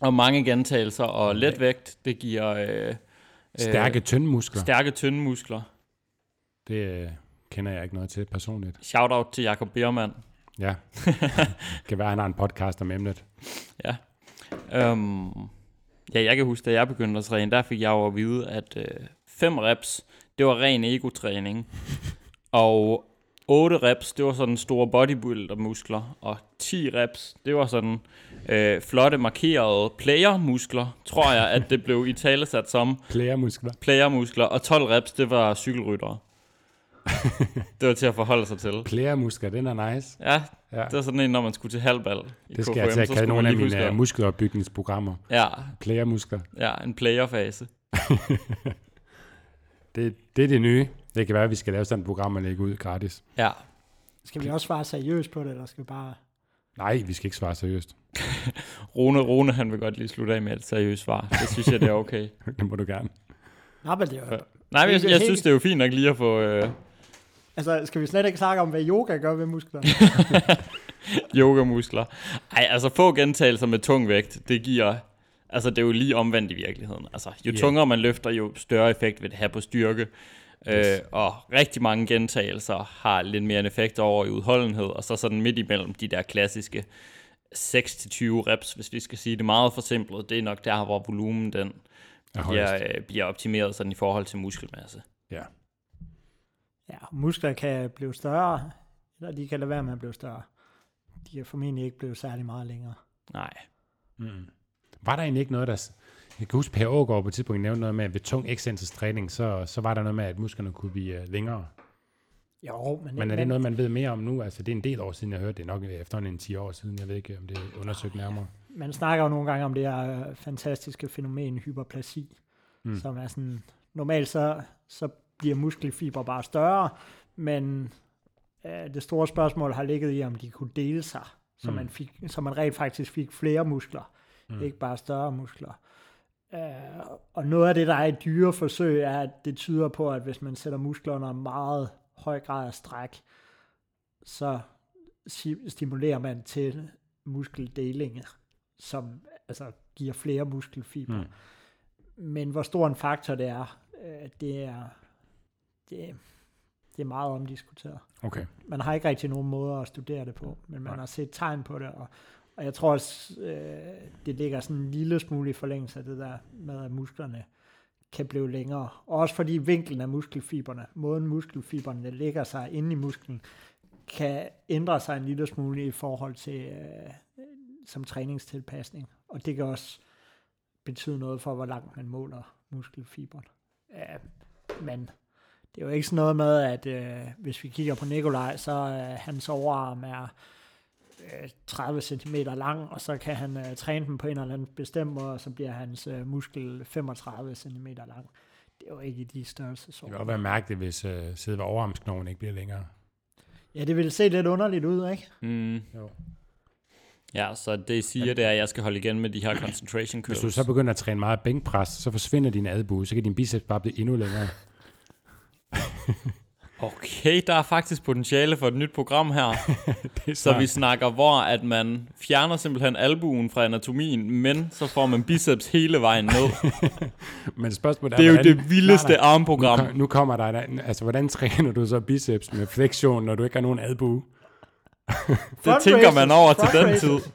A: Og mange gentagelser og let vægt, det giver øh,
C: Mm. Stærke, tynde muskler.
A: stærke tynde muskler.
C: det øh, kender jeg ikke noget til personligt.
A: Shout out til Jakob Biermann.
C: Ja. kan være, han har en podcast om emnet.
A: Øhm, ja, jeg kan huske, da jeg begyndte at træne, der fik jeg jo at vide, at øh, fem reps, det var ren egotræning. og 8 reps, det var sådan store bodybuilder-muskler. Og 10 reps, det var sådan øh, flotte markerede player-muskler, tror jeg, at det blev i tale sat som
C: Plæremuskler.
A: player-muskler. Og 12 reps, det var cykelryttere. det var til at forholde sig til.
C: Plæremuskler, den er nice.
A: Ja,
C: Ja.
A: det var sådan en, når man skulle til halvbal i
C: Det skal
A: KFUM,
C: jeg til at
A: så
C: kalde
A: skulle
C: nogle
A: man
C: af
A: lige huske
C: mine
A: at-
C: øh, muskelopbygningsprogrammer.
A: Ja,
C: Plæremuskler.
A: Ja, en playerfase.
C: Det, det er det nye. Det kan være, at vi skal lave sådan et program og lægge ud gratis.
A: Ja.
B: Skal vi også svare seriøst på det, eller skal vi bare...
C: Nej, vi skal ikke svare seriøst.
A: Rune, Rune, han vil godt lige slutte af med et seriøst svar. Det synes jeg, det er okay.
C: Det må du gerne.
B: Nå, men det er jo...
A: Nej, men jeg,
B: Helt-
A: jeg synes, det er jo fint nok lige at få øh,
B: Altså, skal vi slet ikke snakke om, hvad yoga gør ved musklerne?
A: yogamuskler. Ej, altså få gentagelser med tung vægt, det giver... Altså, det er jo lige omvendt i virkeligheden. Altså, jo
C: Ja.
A: yeah. tungere man løfter, jo større effekt vil det have på styrke.
C: Yes.
A: Yes. Øh, og rigtig mange gentagelser har lidt mere en effekt over i udholdenhed, og så sådan midt imellem de der klassiske 6-20 reps, hvis vi skal sige det meget forsimplet, det er nok der, hvor volumen den
C: er højst.
A: bliver, øh, bliver optimeret sådan i forhold til muskelmasse.
B: Ja, muskler kan blive større, eller de kan lade være med at blive større. De er formentlig ikke blevet særlig meget længere.
A: Nej.
C: Mm. Var der egentlig ikke noget, der... s- Jeg kan huske, Per Aargaard på et tidspunkt nævnte noget med, at ved tung eksentrisk træning, så, så var der noget med, at musklerne kunne blive øh, længere.
B: Jo, men,
C: Men er det noget, man ved mere om nu? Altså, det er en del år siden, jeg hørte det. Nok øh, efterhånden en 10 år siden. Jeg ved ikke, om det er undersøgt nærmere.
B: man snakker jo nogle gange om det her øh, fantastiske fænomen hyperplasi,
C: Mm.
B: mm. som er sådan, normalt så, så bliver muskelfiber bare større, men øh, det store spørgsmål har ligget i, om de kunne dele sig, så,
C: Mm.
B: mm. man, fik, så man rent faktisk fik flere muskler,
C: Mm.
B: mm. ikke bare større muskler. Øh, og noget af det, der er i dyre forsøg, er, at det tyder på, at hvis man sætter muskler under meget høj grad af stræk, så si- stimulerer man til muskeldelinger, som altså, giver flere muskelfibre.
C: Mm.
B: Mm. Men hvor stor en faktor det er, øh, det er, det, det er meget omdiskuteret.
C: Okay.
B: Man har ikke rigtig nogen måder at studere det på, men man
C: Nej.
B: har set tegn på det, og, og jeg tror også, øh, det ligger sådan en lille smule i forlængelse af det der med, at musklerne kan blive længere. Og også fordi vinklen af muskelfiberne, måden muskelfiberne ligger sig inde i musklen, kan ændre sig en lille smule i forhold til øh, som træningstilpasning. Og det kan også betyde noget for, hvor langt man måler muskelfiberen. Ja, men det er jo ikke sådan noget med, at øh, hvis vi kigger på Nikolaj, så øh, hans overarm er øh, 30 cm lang, og så kan han øh, træne den på en eller anden bestemt måde, og så bliver hans øh, muskel 35 cm lang. Det er jo ikke i de
C: Det vil
B: størrelsesordener.
C: godt være mærkeligt, hvis øh, sidder ved overarmsknoglen ikke bliver længere.
B: Ja, det ville se lidt underligt ud, ikke?
A: Mm.
C: Jo.
A: Ja, så det I siger, det er, at jeg skal holde igen med de her concentration
C: Hvis
A: curls.
C: du så begynder at træne meget bænkpres, så forsvinder din albue, så kan din biceps bare blive endnu længere.
A: Okay, der er faktisk potentiale for et nyt program her.
C: Det er
A: Så vi snakker, hvor at man fjerner simpelthen albuen fra anatomien, men så får man biceps hele vejen ned.
C: Men spørgsmålet er,
A: Det er jo
C: hvordan-
A: det vildeste
C: Nej, nej.
A: armprogram.
C: Nu kom- Nu kommer der, en- altså hvordan træner du så biceps med flexion, når du ikke har nogen albue?
A: Det tænker man over til den tid.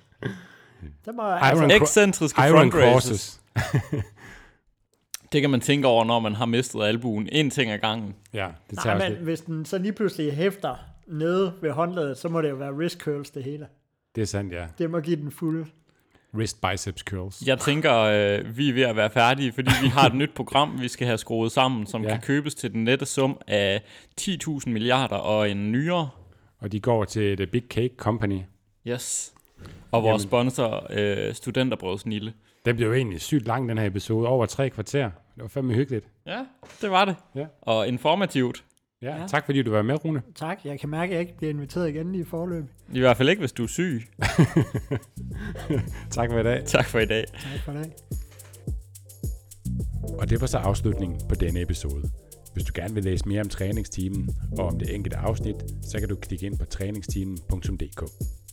B: Det var, altså,
C: Iron-
A: Ekscentriske
C: Iron
A: front raises.
C: crosses.
A: Det kan man tænke over, når man har mistet albuen. En ting ad gangen.
C: Ja, det tager
B: nej,
C: også
B: men
C: lidt.
B: hvis den så lige pludselig hæfter nede ved håndledet, så må det jo være wrist curls det hele.
C: Det er sandt, ja.
B: Det må give den fulde.
C: Wrist biceps curls.
A: Jeg tænker, øh, vi er ved at være færdige, fordi vi har et nyt program, vi skal have skruet sammen, som
C: Ja.
A: ja. kan købes til den nette sum af 10.000 milliarder og en nyere.
C: Og de går til The Big Cake Company.
A: Yes. Og vores
C: Jamen.
A: Jamen. sponsor, øh, Studenterbrødsnille.
C: Den blev jo egentlig sygt lang, den her episode. Over tre kvarter. Det var fandme hyggeligt.
A: Ja, det var det.
C: Ja.
A: Og informativt.
C: Ja, ja.
A: Ja.
C: tak fordi du var med, Rune.
B: Tak, jeg kan mærke, at jeg ikke bliver inviteret igen lige i forløb.
A: I hvert fald ikke, hvis du er syg.
C: Tak for i dag.
A: Tak for i dag.
B: Tak for det.
C: Og det var så afslutningen på denne episode. Hvis du gerne vil læse mere om træningstimen og om det enkelte afsnit, så kan du klikke ind på træningstimen.dk.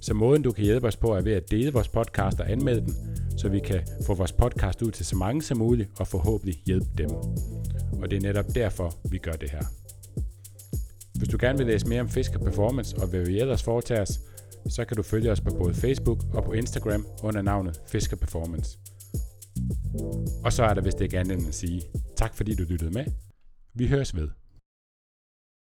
C: Så måden du kan hjælpe os på er ved at dele vores podcast og anmelde den, så vi kan få vores podcast ud til så mange som muligt og forhåbentlig hjælpe dem. Og det er netop derfor, vi gør det her. Hvis du gerne vil læse mere om Fisker Performance og hvad vi ellers foretager os, så kan du følge os på både Facebook og på Instagram under navnet Fisker Performance. Og så er der vist ikke andet end at sige tak fordi du lyttede med. Vi høres ved.